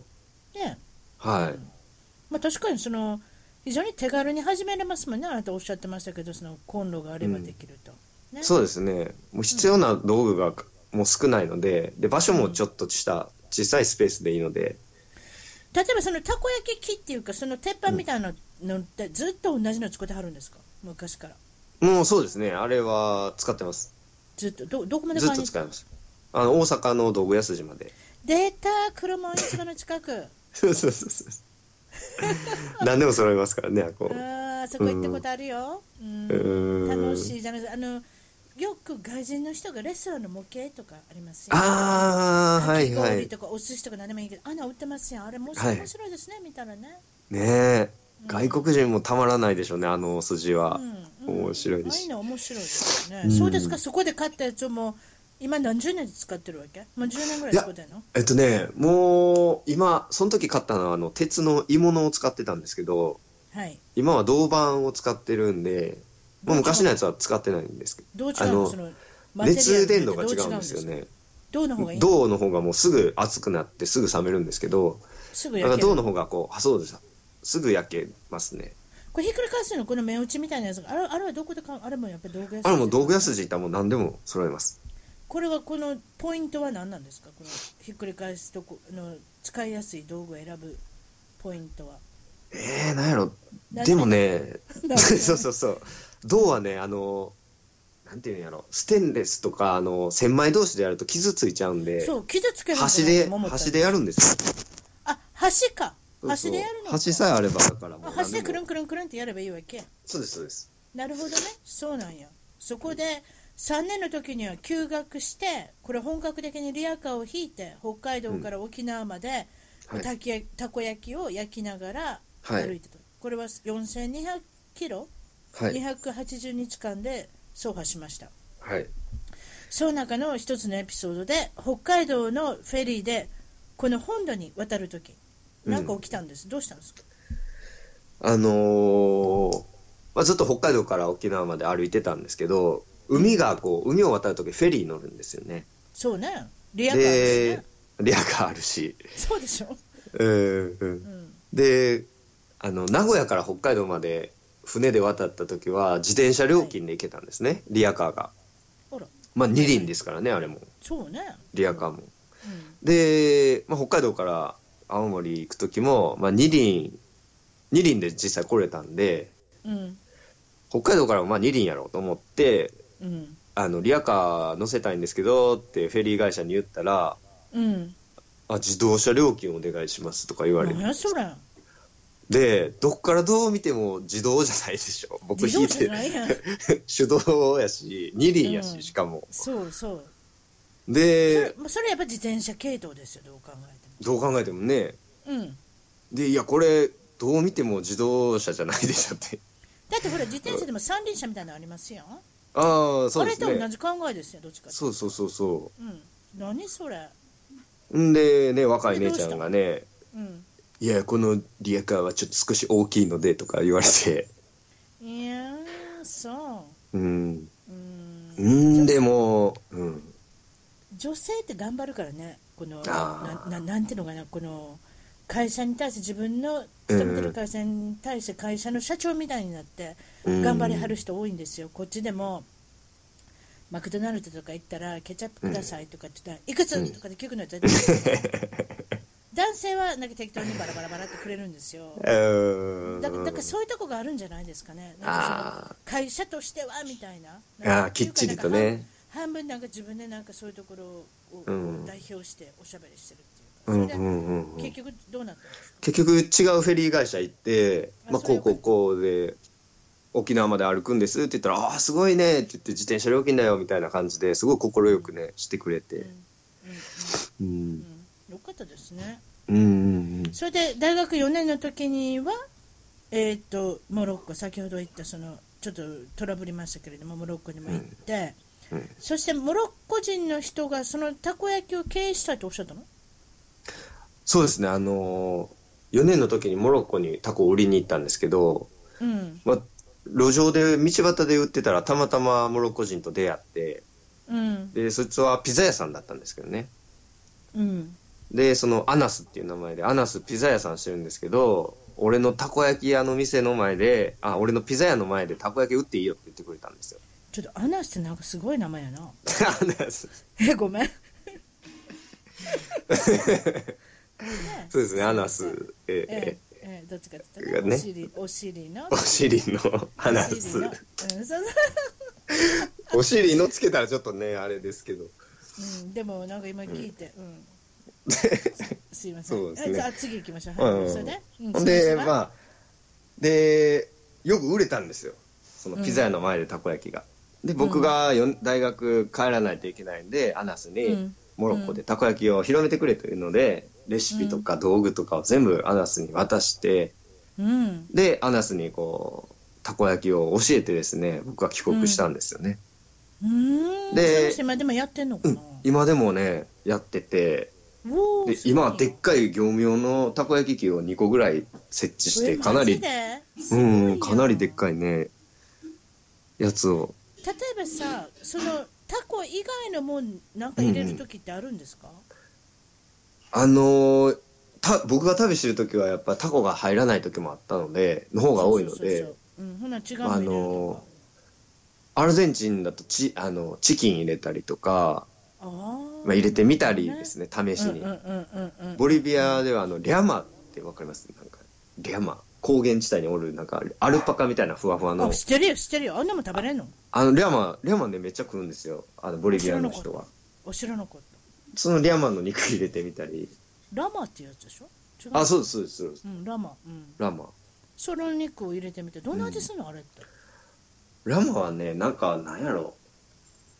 Speaker 1: ねえ
Speaker 2: はい、
Speaker 1: まあ確かにその非常に手軽に始めれますもんねあなたおっしゃってましたけどそのコンロがあればできると、ね
Speaker 2: そうですねもう必要な道具がもう少ないのでで場所もちょっとした小さいスペースでいいので
Speaker 1: 例えばそのたこ焼き器っていうかその鉄板みたいなのってずっと同じの作ってはるんですか昔から
Speaker 2: もうそうですねあれは使ってます
Speaker 1: ずっとどどこまで
Speaker 2: ずっ
Speaker 1: 買い
Speaker 2: と
Speaker 1: に
Speaker 2: 使いますあの大阪の道具屋筋 まで
Speaker 1: 出た黒門市場の近く
Speaker 2: そうそうそうそう何でも揃いますからねあこ
Speaker 1: ああそこ行ったことあるよ、うん
Speaker 2: うん
Speaker 1: 楽しいじゃないですかあのよく外人の人がレストランの模型とかありますよ
Speaker 2: ああ
Speaker 1: か
Speaker 2: はい
Speaker 1: き
Speaker 2: は
Speaker 1: 氷
Speaker 2: い
Speaker 1: とかお寿司とか何でもいいけど、あんな売ってますやん。あれもし
Speaker 2: はい
Speaker 1: 面白いですね、見たらね。
Speaker 2: ねえ外国人もたまらないでしょうねあの筋は、
Speaker 1: うんうん
Speaker 2: 面白いで
Speaker 1: ああい
Speaker 2: す
Speaker 1: うの面白いですよね。
Speaker 2: うん
Speaker 1: そうですか、そこで買ったやつをもう今何十年使ってるわけもう10年ぐらい使ってんの
Speaker 2: えっとねもう今その時買ったのはあの鉄の鋳物を使ってたんですけど
Speaker 1: はい。
Speaker 2: 今は銅板を使ってるんで、もう昔のやつは使ってないんですけ
Speaker 1: どう違う
Speaker 2: あ
Speaker 1: の
Speaker 2: の
Speaker 1: その
Speaker 2: 熱伝導が違
Speaker 1: マ
Speaker 2: うんで
Speaker 1: テリ
Speaker 2: す
Speaker 1: アル
Speaker 2: よ
Speaker 1: によって
Speaker 2: ね
Speaker 1: どう違うんですか。銅の方がいい
Speaker 2: 銅の方がもうすぐ熱くなってすぐ冷めるんですけど
Speaker 1: すぐ
Speaker 2: だ
Speaker 1: 焼
Speaker 2: から
Speaker 1: ける
Speaker 2: 銅の方がこうあそうですすぐ焼けますね
Speaker 1: これひっくり返すのこの目打ちみたいなやつがあれあれはどこで買うあれもやっぱり道具屋
Speaker 2: あ
Speaker 1: さん
Speaker 2: れもう道具屋筋行ったらもう何でも揃えます
Speaker 1: これはこのポイントは何なんですかこのひっくり返すとこの使いやすい道具を選ぶポイントは。
Speaker 2: えー、なんやろ
Speaker 1: 何
Speaker 2: でもね
Speaker 1: 何
Speaker 2: そうそうそう銅はねあのなんていうんやろステンレスとかあの千枚同士でやると傷ついちゃうんで
Speaker 1: そう、傷つけるんだ
Speaker 2: 端で
Speaker 1: と思ったんす
Speaker 2: 端でやるんですよ
Speaker 1: あ、端か。
Speaker 2: そうそ
Speaker 1: 端
Speaker 2: う
Speaker 1: でやるのか。
Speaker 2: 端さえあればだからも
Speaker 1: あ
Speaker 2: う
Speaker 1: 端で
Speaker 2: 何
Speaker 1: く
Speaker 2: で
Speaker 1: るん
Speaker 2: も
Speaker 1: くるんくるんってやればいいわけ。
Speaker 2: そうですそうです
Speaker 1: なるほどね。そうなんや。そこで、3年の時には休学して、これ本格的にリアカーを引いて、北海道から沖縄まで、
Speaker 2: はい
Speaker 1: たきやたこ焼きを焼きながら
Speaker 2: はい
Speaker 1: 歩いてた。これは4200キロ、
Speaker 2: はい
Speaker 1: 280日間で走破しました。
Speaker 2: はい
Speaker 1: その中の一つのエピソードで北海道のフェリーでこの本土に渡るときなんか起きたんです、どうしたんですか
Speaker 2: あのーまあ、ずっと北海道から沖縄まで歩いてたんですけど海がこう海を渡るときフェリー乗るんですよね
Speaker 1: そうねリアカーですね
Speaker 2: リアカーあるし、
Speaker 1: そうでしょ、
Speaker 2: うんう、
Speaker 1: うんん、
Speaker 2: であの名古屋から北海道まで船で渡った時は自転車料金で行けたんですね、リアカーが
Speaker 1: あら
Speaker 2: まあ二輪ですからねあれも
Speaker 1: そうね、
Speaker 2: リアカーも
Speaker 1: うん、
Speaker 2: で、まあ、北海道から青森行く時も、まあ、二輪二輪で実際来れたんで
Speaker 1: うん
Speaker 2: 北海道からもまあ二輪やろうと思って
Speaker 1: うん
Speaker 2: あのリアカー乗せたいんですけどってフェリー会社に言ったら
Speaker 1: うん
Speaker 2: あ自動車料金お願いしますとか言われ
Speaker 1: 何
Speaker 2: て
Speaker 1: やそれ
Speaker 2: でどっからどう見ても自動じゃないでし ょ僕
Speaker 1: 自
Speaker 2: 引
Speaker 1: 動
Speaker 2: い
Speaker 1: 車じ
Speaker 2: て
Speaker 1: ゃないやん
Speaker 2: 手動やし二輪や
Speaker 1: うん
Speaker 2: ししかも、
Speaker 1: そうそうそれ
Speaker 2: で
Speaker 1: まあそれやっぱ自転車系統ですよどう考え
Speaker 2: どう考えてもね
Speaker 1: ても、うん、
Speaker 2: でいやこれどう見ても自動車じゃないでしょって
Speaker 1: だってほら自転車でも三輪車みたいなのありますよ
Speaker 2: ああそ
Speaker 1: あ
Speaker 2: うで
Speaker 1: れ
Speaker 2: す
Speaker 1: と同
Speaker 2: ね
Speaker 1: じ考えですよどっちかって、
Speaker 2: そうそうそうそう
Speaker 1: うん、何それ
Speaker 2: うんでね若い姉ちゃんがね
Speaker 1: うん
Speaker 2: いやこのリアカーはちょっと少し大きいのでとか言わ れて
Speaker 1: いやーそ
Speaker 2: うん
Speaker 1: う、うん
Speaker 2: うんでもうん
Speaker 1: 女性って頑張るからねこの
Speaker 2: あ
Speaker 1: なな
Speaker 2: ー
Speaker 1: なんていうのかなこの会社に対して自分の勤めてる会社に対して会社の社長みたいになって
Speaker 2: うん
Speaker 1: 頑張りはる人多いんですよ、こっちでもマクドナルドとか行ったらケチャップくださいとかって言ったら、いくつとかで聞くのは絶対ないですよ 男性はなんか適当にバラバラバラってくれるんですよ
Speaker 2: うん
Speaker 1: だだからそういうとこがあるんじゃないですかねなんかその
Speaker 2: あー
Speaker 1: 会社としてはみたいな
Speaker 2: あーきっちりとね
Speaker 1: 半分なんか自分でなんかそういうところをこう
Speaker 2: うん
Speaker 1: 代表しておしゃべりしてるって
Speaker 2: う
Speaker 1: い
Speaker 2: ん
Speaker 1: うか、
Speaker 2: う
Speaker 1: それ
Speaker 2: んうんうん
Speaker 1: で結局どうなったんですか、
Speaker 2: 結局違うフェリー会社行って、
Speaker 1: あ
Speaker 2: まあ、
Speaker 1: それ
Speaker 2: こ
Speaker 1: よかっ
Speaker 2: うこ
Speaker 1: た
Speaker 2: うこうで沖縄まで歩くんですって言ったら「ああーすごいね」って言って「自転車料金だよ」みたいな感じですごい快くねしてくれ
Speaker 1: うんう
Speaker 2: て
Speaker 1: ん
Speaker 2: う
Speaker 1: うん
Speaker 2: ん
Speaker 1: うん、よかったですね
Speaker 2: うんうんうん
Speaker 1: それで大学4年の時にはえっ、とモロッコ先ほど言ったそのちょっとトラブりましたけれどもモロッコにも行って、
Speaker 2: うんうん
Speaker 1: そしてモロッコ人の人がそのたこ焼きを経営したいとおっしゃったの
Speaker 2: そうですねあのー、4年の時にモロッコにタコを売りに行ったんですけど、
Speaker 1: うん
Speaker 2: まあ、路上で道端で売ってたらたまたまモロッコ人と出会って
Speaker 1: うん
Speaker 2: でそいつはピザ屋さんだったんですけどね
Speaker 1: うん
Speaker 2: でそのアナスっていう名前でアナスピザ屋さんしてるんですけど俺のたこ焼き屋の店の前であ俺のピザ屋の前でたこ焼き打っていいよって言ってくれたんですよ
Speaker 1: ちょっとアナスってなんかすごい名前やな
Speaker 2: アナス
Speaker 1: えごめんね
Speaker 2: そうですねアナスえ
Speaker 1: え
Speaker 2: ええ
Speaker 1: えええどっちかって言ったら、
Speaker 2: ね
Speaker 1: お尻お尻の
Speaker 2: お尻のアナ
Speaker 1: お尻
Speaker 2: ス
Speaker 1: の、うん、そうそう
Speaker 2: お尻のつけたらちょっとねあれですけど
Speaker 1: うん、でもなんか今聞いて、うん すいません
Speaker 2: そうですね
Speaker 1: じゃあ次行きましょう、
Speaker 2: うん
Speaker 1: は
Speaker 2: う
Speaker 1: い、
Speaker 2: ん
Speaker 1: それで、うん
Speaker 2: ほん
Speaker 1: そ
Speaker 2: で
Speaker 1: うす
Speaker 2: まあでよく売れたんですよそのピザ屋の前でたこ焼きが、で僕がよん大学帰らないといけないんでアナス
Speaker 1: う
Speaker 2: に
Speaker 1: ん
Speaker 2: モロッコでたこ焼きを広めてくれというのでレシピとか道具とかを全部アナスに渡して
Speaker 1: うん
Speaker 2: でアナスにこうたこ焼きを教えてですね僕は帰国したんですよね、
Speaker 1: うーん
Speaker 2: で
Speaker 1: その人今でもやってんのかな、
Speaker 2: 今でもねやってて
Speaker 1: お
Speaker 2: で
Speaker 1: ー
Speaker 2: 今はでっ
Speaker 1: す
Speaker 2: かい業務用のたこ焼き器を2個ぐらい設置し
Speaker 1: ごい
Speaker 2: て
Speaker 1: え
Speaker 2: かな
Speaker 1: マ
Speaker 2: り
Speaker 1: ジです
Speaker 2: う
Speaker 1: ごいや
Speaker 2: んうん、かなりでっかいね、やつを。
Speaker 1: 例えばさそのタコ以外のもんなんか入れる時ってあるんですか、
Speaker 2: あのーた僕が旅してる時はやっぱタコが入らない時もあったので、の方が多いの
Speaker 1: そうそうそう
Speaker 2: で、
Speaker 1: そううん、ほな違うの
Speaker 2: まああ
Speaker 1: 入れるとか
Speaker 2: のアルゼンチンだとチあのチキン入れたりとか、
Speaker 1: あー
Speaker 2: まあ、入れてみたりですね、試しに
Speaker 1: うん。うんうんうんうん
Speaker 2: ボリビアではあのリャマってわかりますなんか、リャマ。高原地帯におる、なんか、アルパカみたいなふわふわの
Speaker 1: あ、知ってるよ知ってるよあんなもん食べれんの
Speaker 2: あの、リャマ、リャマね、めっちゃ食うんですよ。あの、ボリビアの人は。
Speaker 1: お知らなかった
Speaker 2: そのリャマの肉入れてみたり。
Speaker 1: ラマっていうやつでしょ違う
Speaker 2: あ、そうです、そうです、そうです。
Speaker 1: うんラマうん
Speaker 2: ラマ。
Speaker 1: その肉を入れてみてどんな味するの、あれって
Speaker 2: ラマはね、なんか、なんやろ。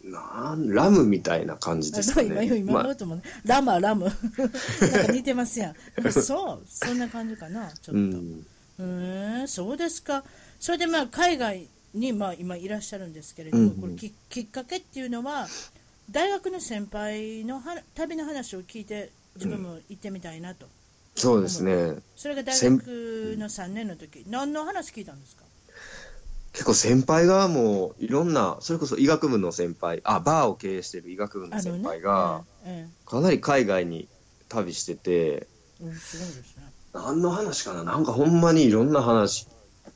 Speaker 2: なん、ラムみたいな感じですか
Speaker 1: あ今今
Speaker 2: ね。
Speaker 1: 今思
Speaker 2: まあ
Speaker 1: うともね、ラマラム なんか似てますや んそうそんな感じかなちょっと、
Speaker 2: う。
Speaker 1: うんーんそうですかそれでまあ海外にまあ今いらっしゃるんですけれども、
Speaker 2: うんうん
Speaker 1: これききっかけっていうのは大学の先輩のは旅の話を聞いて自分も行ってみたいなと、
Speaker 2: そうですね。
Speaker 1: それが大学の3年の時何の話聞いたんですか
Speaker 2: 結構先輩がもういろんな、それこそ医学部の先輩、あ、バーを経営してる医学部の先輩が、
Speaker 1: あのね、
Speaker 2: かなり海外に旅してて、
Speaker 1: うんうん、すごいですね。
Speaker 2: 何の話かななんかほんまにいろんな話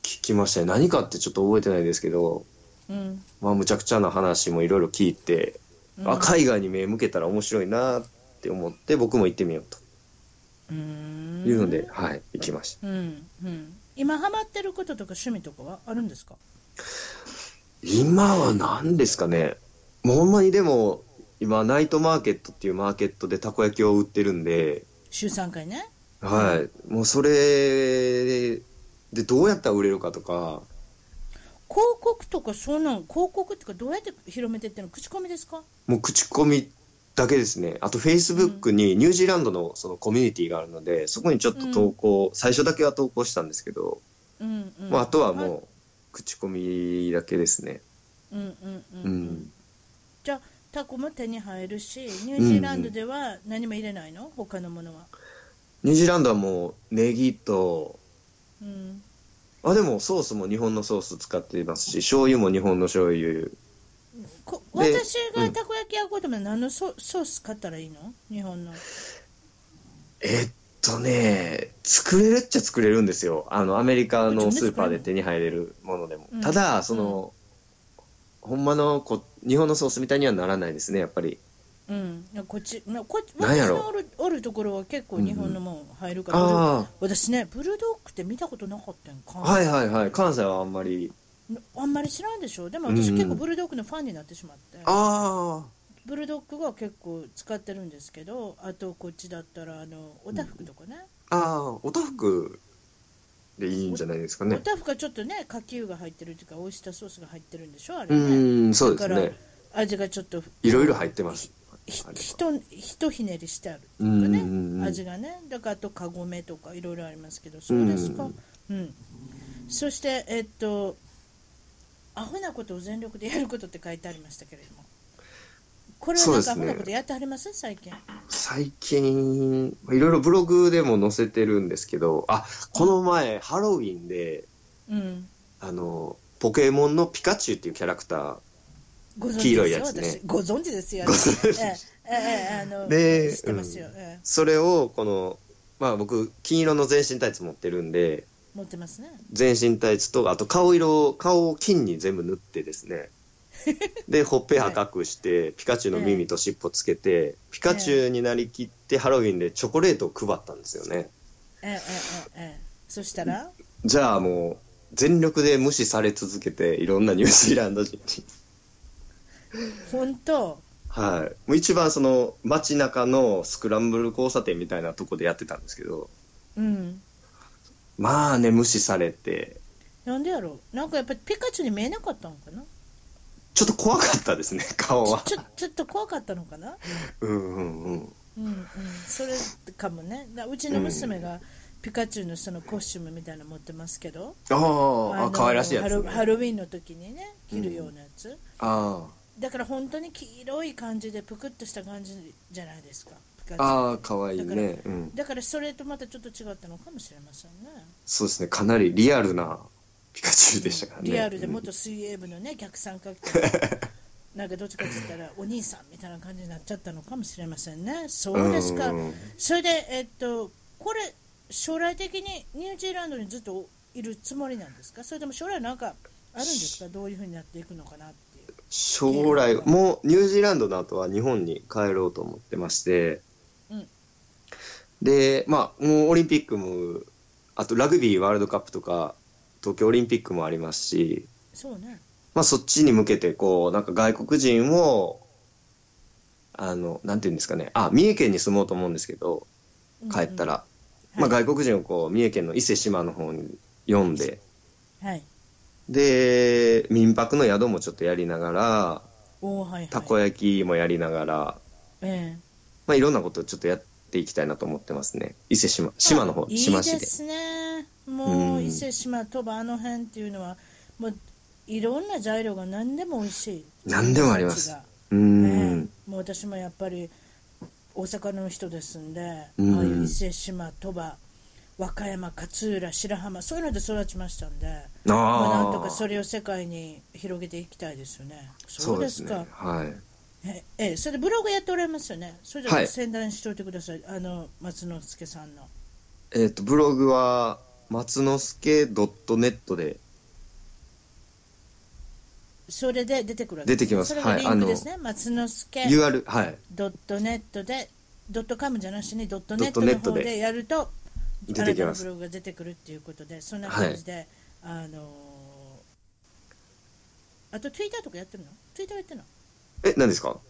Speaker 2: 聞きましたね。何かってちょっと覚えてないですけど、
Speaker 1: うん、
Speaker 2: まあむちゃくちゃな話もいろいろ聞いて、
Speaker 1: うん
Speaker 2: あ、海外に目向けたら面白いなって思って僕も行ってみようと。
Speaker 1: うーん
Speaker 2: いうので、はい、行きまし
Speaker 1: うん、うん、今ハマってることとか趣味とかはあるんですか。
Speaker 2: た。今は何ですかね。もうほんまにでも、今、ナイトマーケットっていうマーケットでたこ焼きを売ってるんで、
Speaker 1: 週3回ね。
Speaker 2: はい、もうそれでどうやったら売れるかとか、
Speaker 1: 広告とかそんなん広告っていうかどうやって広めてってんの口コミですか。
Speaker 2: もう口コミだけですね。あと、フェイスブックにニュージーランドのそのコミュニティがあるので、そこにちょっと投稿、最初だけは投稿したんですけど、
Speaker 1: うん、うん。
Speaker 2: まあ、あとは
Speaker 1: は
Speaker 2: もう、口コミだけですね。
Speaker 1: い。うん、うん、うん。う
Speaker 2: うんん、
Speaker 1: じゃあタコも手に入るし、ニュージーランドでは何も入れないの、他のものは。
Speaker 2: ニュージーランドはもう、ネギと、
Speaker 1: うん。
Speaker 2: あでもソースも日本のソース使っていますし醤油も日本の醤油
Speaker 1: こ
Speaker 2: で
Speaker 1: 私
Speaker 2: う
Speaker 1: が
Speaker 2: ん
Speaker 1: たこ焼きやることも何のソソース買ったらいいの日本の。
Speaker 2: えっとね作れるっちゃ作れるんですよあのアメリカのスーパーで手に入れるものでも
Speaker 1: うん
Speaker 2: ただその、ほんまのこ日本のソースみたいにはならないですねやっぱり
Speaker 1: うん、こっち、なこっち
Speaker 2: なん
Speaker 1: 私
Speaker 2: やろ
Speaker 1: のおるおるところは結構日本のもん入るから、
Speaker 2: あ
Speaker 1: 私ね、ブルドッグって見たことなかったんか、
Speaker 2: あはいはいはい関西はあんまり
Speaker 1: あんまり知らんでしょでも
Speaker 2: うんう
Speaker 1: 私
Speaker 2: ん
Speaker 1: 結構ブルドッグのファンになってしまって、
Speaker 2: あ
Speaker 1: ブルドッグは結構使ってるんですけどあとこっちだったらあのおたふくとかね、
Speaker 2: あ、ああ、おたふくでいいんじゃないですか
Speaker 1: お
Speaker 2: ね。
Speaker 1: たふくはちょっとねかき湯が入ってるっていうかオイスターソースが入ってるんでしょあ
Speaker 2: う
Speaker 1: れね
Speaker 2: ーん、そうです
Speaker 1: だから
Speaker 2: ね。
Speaker 1: 味がちょっと
Speaker 2: いろいろ入ってます。
Speaker 1: ひ
Speaker 2: あれは
Speaker 1: ひとひとひねりしてあるって
Speaker 2: う
Speaker 1: い
Speaker 2: ん
Speaker 1: うか
Speaker 2: うん
Speaker 1: ね、
Speaker 2: うんうん。
Speaker 1: 味がねだからあとカゴメとかいろいろありますけどそうですか
Speaker 2: うん
Speaker 1: うん、そしてえっとアホなことを全力でやることって書いてありましたけれどもこれは
Speaker 2: そう
Speaker 1: なん
Speaker 2: で
Speaker 1: か
Speaker 2: すね
Speaker 1: アホなことやってはります最近
Speaker 2: 最近、いろいろブログでも載せてるんですけど、あ、この前、ハロウィンで、
Speaker 1: うん
Speaker 2: あの、ポケモンのピカチュウっていうキャラクタ
Speaker 1: ご存
Speaker 2: 黄
Speaker 1: 知
Speaker 2: 色
Speaker 1: で
Speaker 2: い
Speaker 1: すよ
Speaker 2: や、つね
Speaker 1: 私ご存知ですよ
Speaker 2: ー、ご存知
Speaker 1: ええええあの
Speaker 2: で
Speaker 1: 知ってますよ、
Speaker 2: うん
Speaker 1: ええ
Speaker 2: それを、この、まあ僕、金色の全身タイツ持ってるんで、
Speaker 1: 持ってますね
Speaker 2: 全身タイツと、あと顔色を、顔を金に全部塗ってですね。で、ほっぺ赤くして、ピカチュウの耳と尻尾つけて、ピカチュウになりきってハロウィンでチョコレートを配ったんですよね。
Speaker 1: ええええええそしたら
Speaker 2: じゃあもう、全力で無視され続けて、いろんなニュージーランド人に。
Speaker 1: 本当
Speaker 2: はい。もう一番その、街中のスクランブル交差点みたいなとこでやってたんですけど、
Speaker 1: うん
Speaker 2: まあね、無視されて、
Speaker 1: なんでやろうなんかやっぱりピカチュウに見えなかったのかな
Speaker 2: ちょっと怖かったですね、 顔は。
Speaker 1: ちょちょっと怖かったのかな
Speaker 2: うんうんうん。
Speaker 1: うんうん、それかもねだうちの娘がピカチュウのそのコスチュームみたいなの持ってますけど、
Speaker 2: あ
Speaker 1: あ
Speaker 2: あ、
Speaker 1: の
Speaker 2: あ可愛らしいや
Speaker 1: ハ
Speaker 2: つ、
Speaker 1: ロ
Speaker 2: ね。
Speaker 1: ハロウィンの時にね着るようなやつ、
Speaker 2: あ
Speaker 1: だから本当に黄色い感じでプクッとした感じじゃないですかピカチ
Speaker 2: あ、
Speaker 1: ュウ
Speaker 2: ああ、可愛いね。うん。
Speaker 1: だからそれとまたちょっと違ったのかもしれませんね
Speaker 2: そうですね、かなりリアルなピカチュウでしたからね。
Speaker 1: リアルで
Speaker 2: うん
Speaker 1: 元水泳部のね逆三角形の なんかどっちかって言ったらお兄さんみたいな感じになっちゃったのかもしれませんねそうですか、
Speaker 2: うんうんうん
Speaker 1: それでえっとこれ将来的にニュージーランドにずっといるつもりなんですかそれとも将来なんかあるんですかどういうふうになっていくのかなっていう
Speaker 2: 将来、もうニュージーランドの後は日本に帰ろうと思ってまして、
Speaker 1: うん
Speaker 2: で、まあ、もうオリンピックも、あとラグビーワールドカップとか、東京オリンピックもありますし、
Speaker 1: そうね
Speaker 2: まあ、そっちに向けて、こう、なんか外国人を、あの、なんていうんですかね、あ、三重県に住もうと思うんですけど、帰った、ら、
Speaker 1: うんうん
Speaker 2: まあ、外国人をこう、三重県の伊勢志摩の方に読んで、
Speaker 1: はい、はい、
Speaker 2: で、民泊の宿もちょっとやりながら、
Speaker 1: おおはいはい
Speaker 2: たこ焼きもやりながら、
Speaker 1: ええ
Speaker 2: まあ、いろんなことをちょっとやっていきたいなと思ってますね。伊勢志摩、島の方、
Speaker 1: いい
Speaker 2: 志
Speaker 1: で
Speaker 2: 摩市で。
Speaker 1: すねもう
Speaker 2: うん
Speaker 1: 伊勢志摩鳥羽あの辺っていうのはもういろんな材料が何でも美味しい
Speaker 2: 何でもあります
Speaker 1: 地が
Speaker 2: うー
Speaker 1: ね
Speaker 2: ん。
Speaker 1: もう私もやっぱり大阪の人ですんで、
Speaker 2: うん
Speaker 1: ああいう伊勢志摩鳥羽和歌山勝浦白浜そういうので育ちましたんでまあ、
Speaker 2: あ
Speaker 1: なんと
Speaker 2: あ
Speaker 1: か、それを世界に広げていきたいですよねそ
Speaker 2: そうう
Speaker 1: で
Speaker 2: ですす
Speaker 1: か
Speaker 2: ね。はい。
Speaker 1: えええそれでブログやっておられますよねそれじ
Speaker 2: は
Speaker 1: ゃ
Speaker 2: い
Speaker 1: 宣伝しておいてください、あの松之助さんの
Speaker 2: えっ、と、ブログは、松之助 .net で、
Speaker 1: それで出てくるわけ
Speaker 2: 出てきます
Speaker 1: それが
Speaker 2: はい
Speaker 1: リンクですね、松之助
Speaker 2: UR、はい。
Speaker 1: ドットネットでドットカムじゃなしにドットネ
Speaker 2: ネ
Speaker 1: ッ
Speaker 2: ッ
Speaker 1: ト
Speaker 2: ト
Speaker 1: の
Speaker 2: の
Speaker 1: 方
Speaker 2: 方
Speaker 1: で
Speaker 2: で
Speaker 1: やると
Speaker 2: 出
Speaker 1: あな
Speaker 2: てき
Speaker 1: たの
Speaker 2: ま
Speaker 1: ブ
Speaker 2: す。
Speaker 1: ログが出てくるっていうことでそんな感じで、あのーあとツイッターとかやってるのツイッターやってるの
Speaker 2: え、何ですか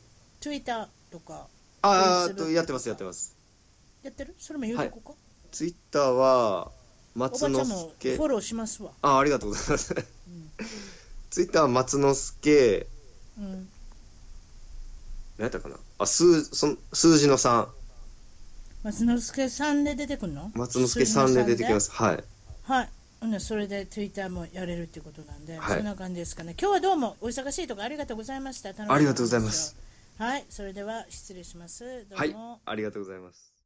Speaker 1: ツイッターとか
Speaker 2: あ
Speaker 1: Facebook
Speaker 2: ーっと、やってます、やってます。
Speaker 1: やってるそれも言うとこか、
Speaker 2: ツイッターは、
Speaker 1: お
Speaker 2: 松
Speaker 1: ばちゃ
Speaker 2: 之
Speaker 1: んもフ
Speaker 2: 助
Speaker 1: ォ。ローしますわ、
Speaker 2: あ、ありがとうございます。ツイッターは松之助、
Speaker 1: うん、
Speaker 2: 何やったかなあ、数、その、数字の3。
Speaker 1: 松之助さんで出てくるの
Speaker 2: 松之助さんで出てきますす。はい。
Speaker 1: はいほんならそれでツイッターもやれるっていうことなんで、
Speaker 2: はい
Speaker 1: そんな感じですかね今日はどうもお忙しいとこありがとうございました楽しかった
Speaker 2: ありがとうございま
Speaker 1: です
Speaker 2: す
Speaker 1: よはいそれでは失礼しますどうも、
Speaker 2: はい。ありがとうございます。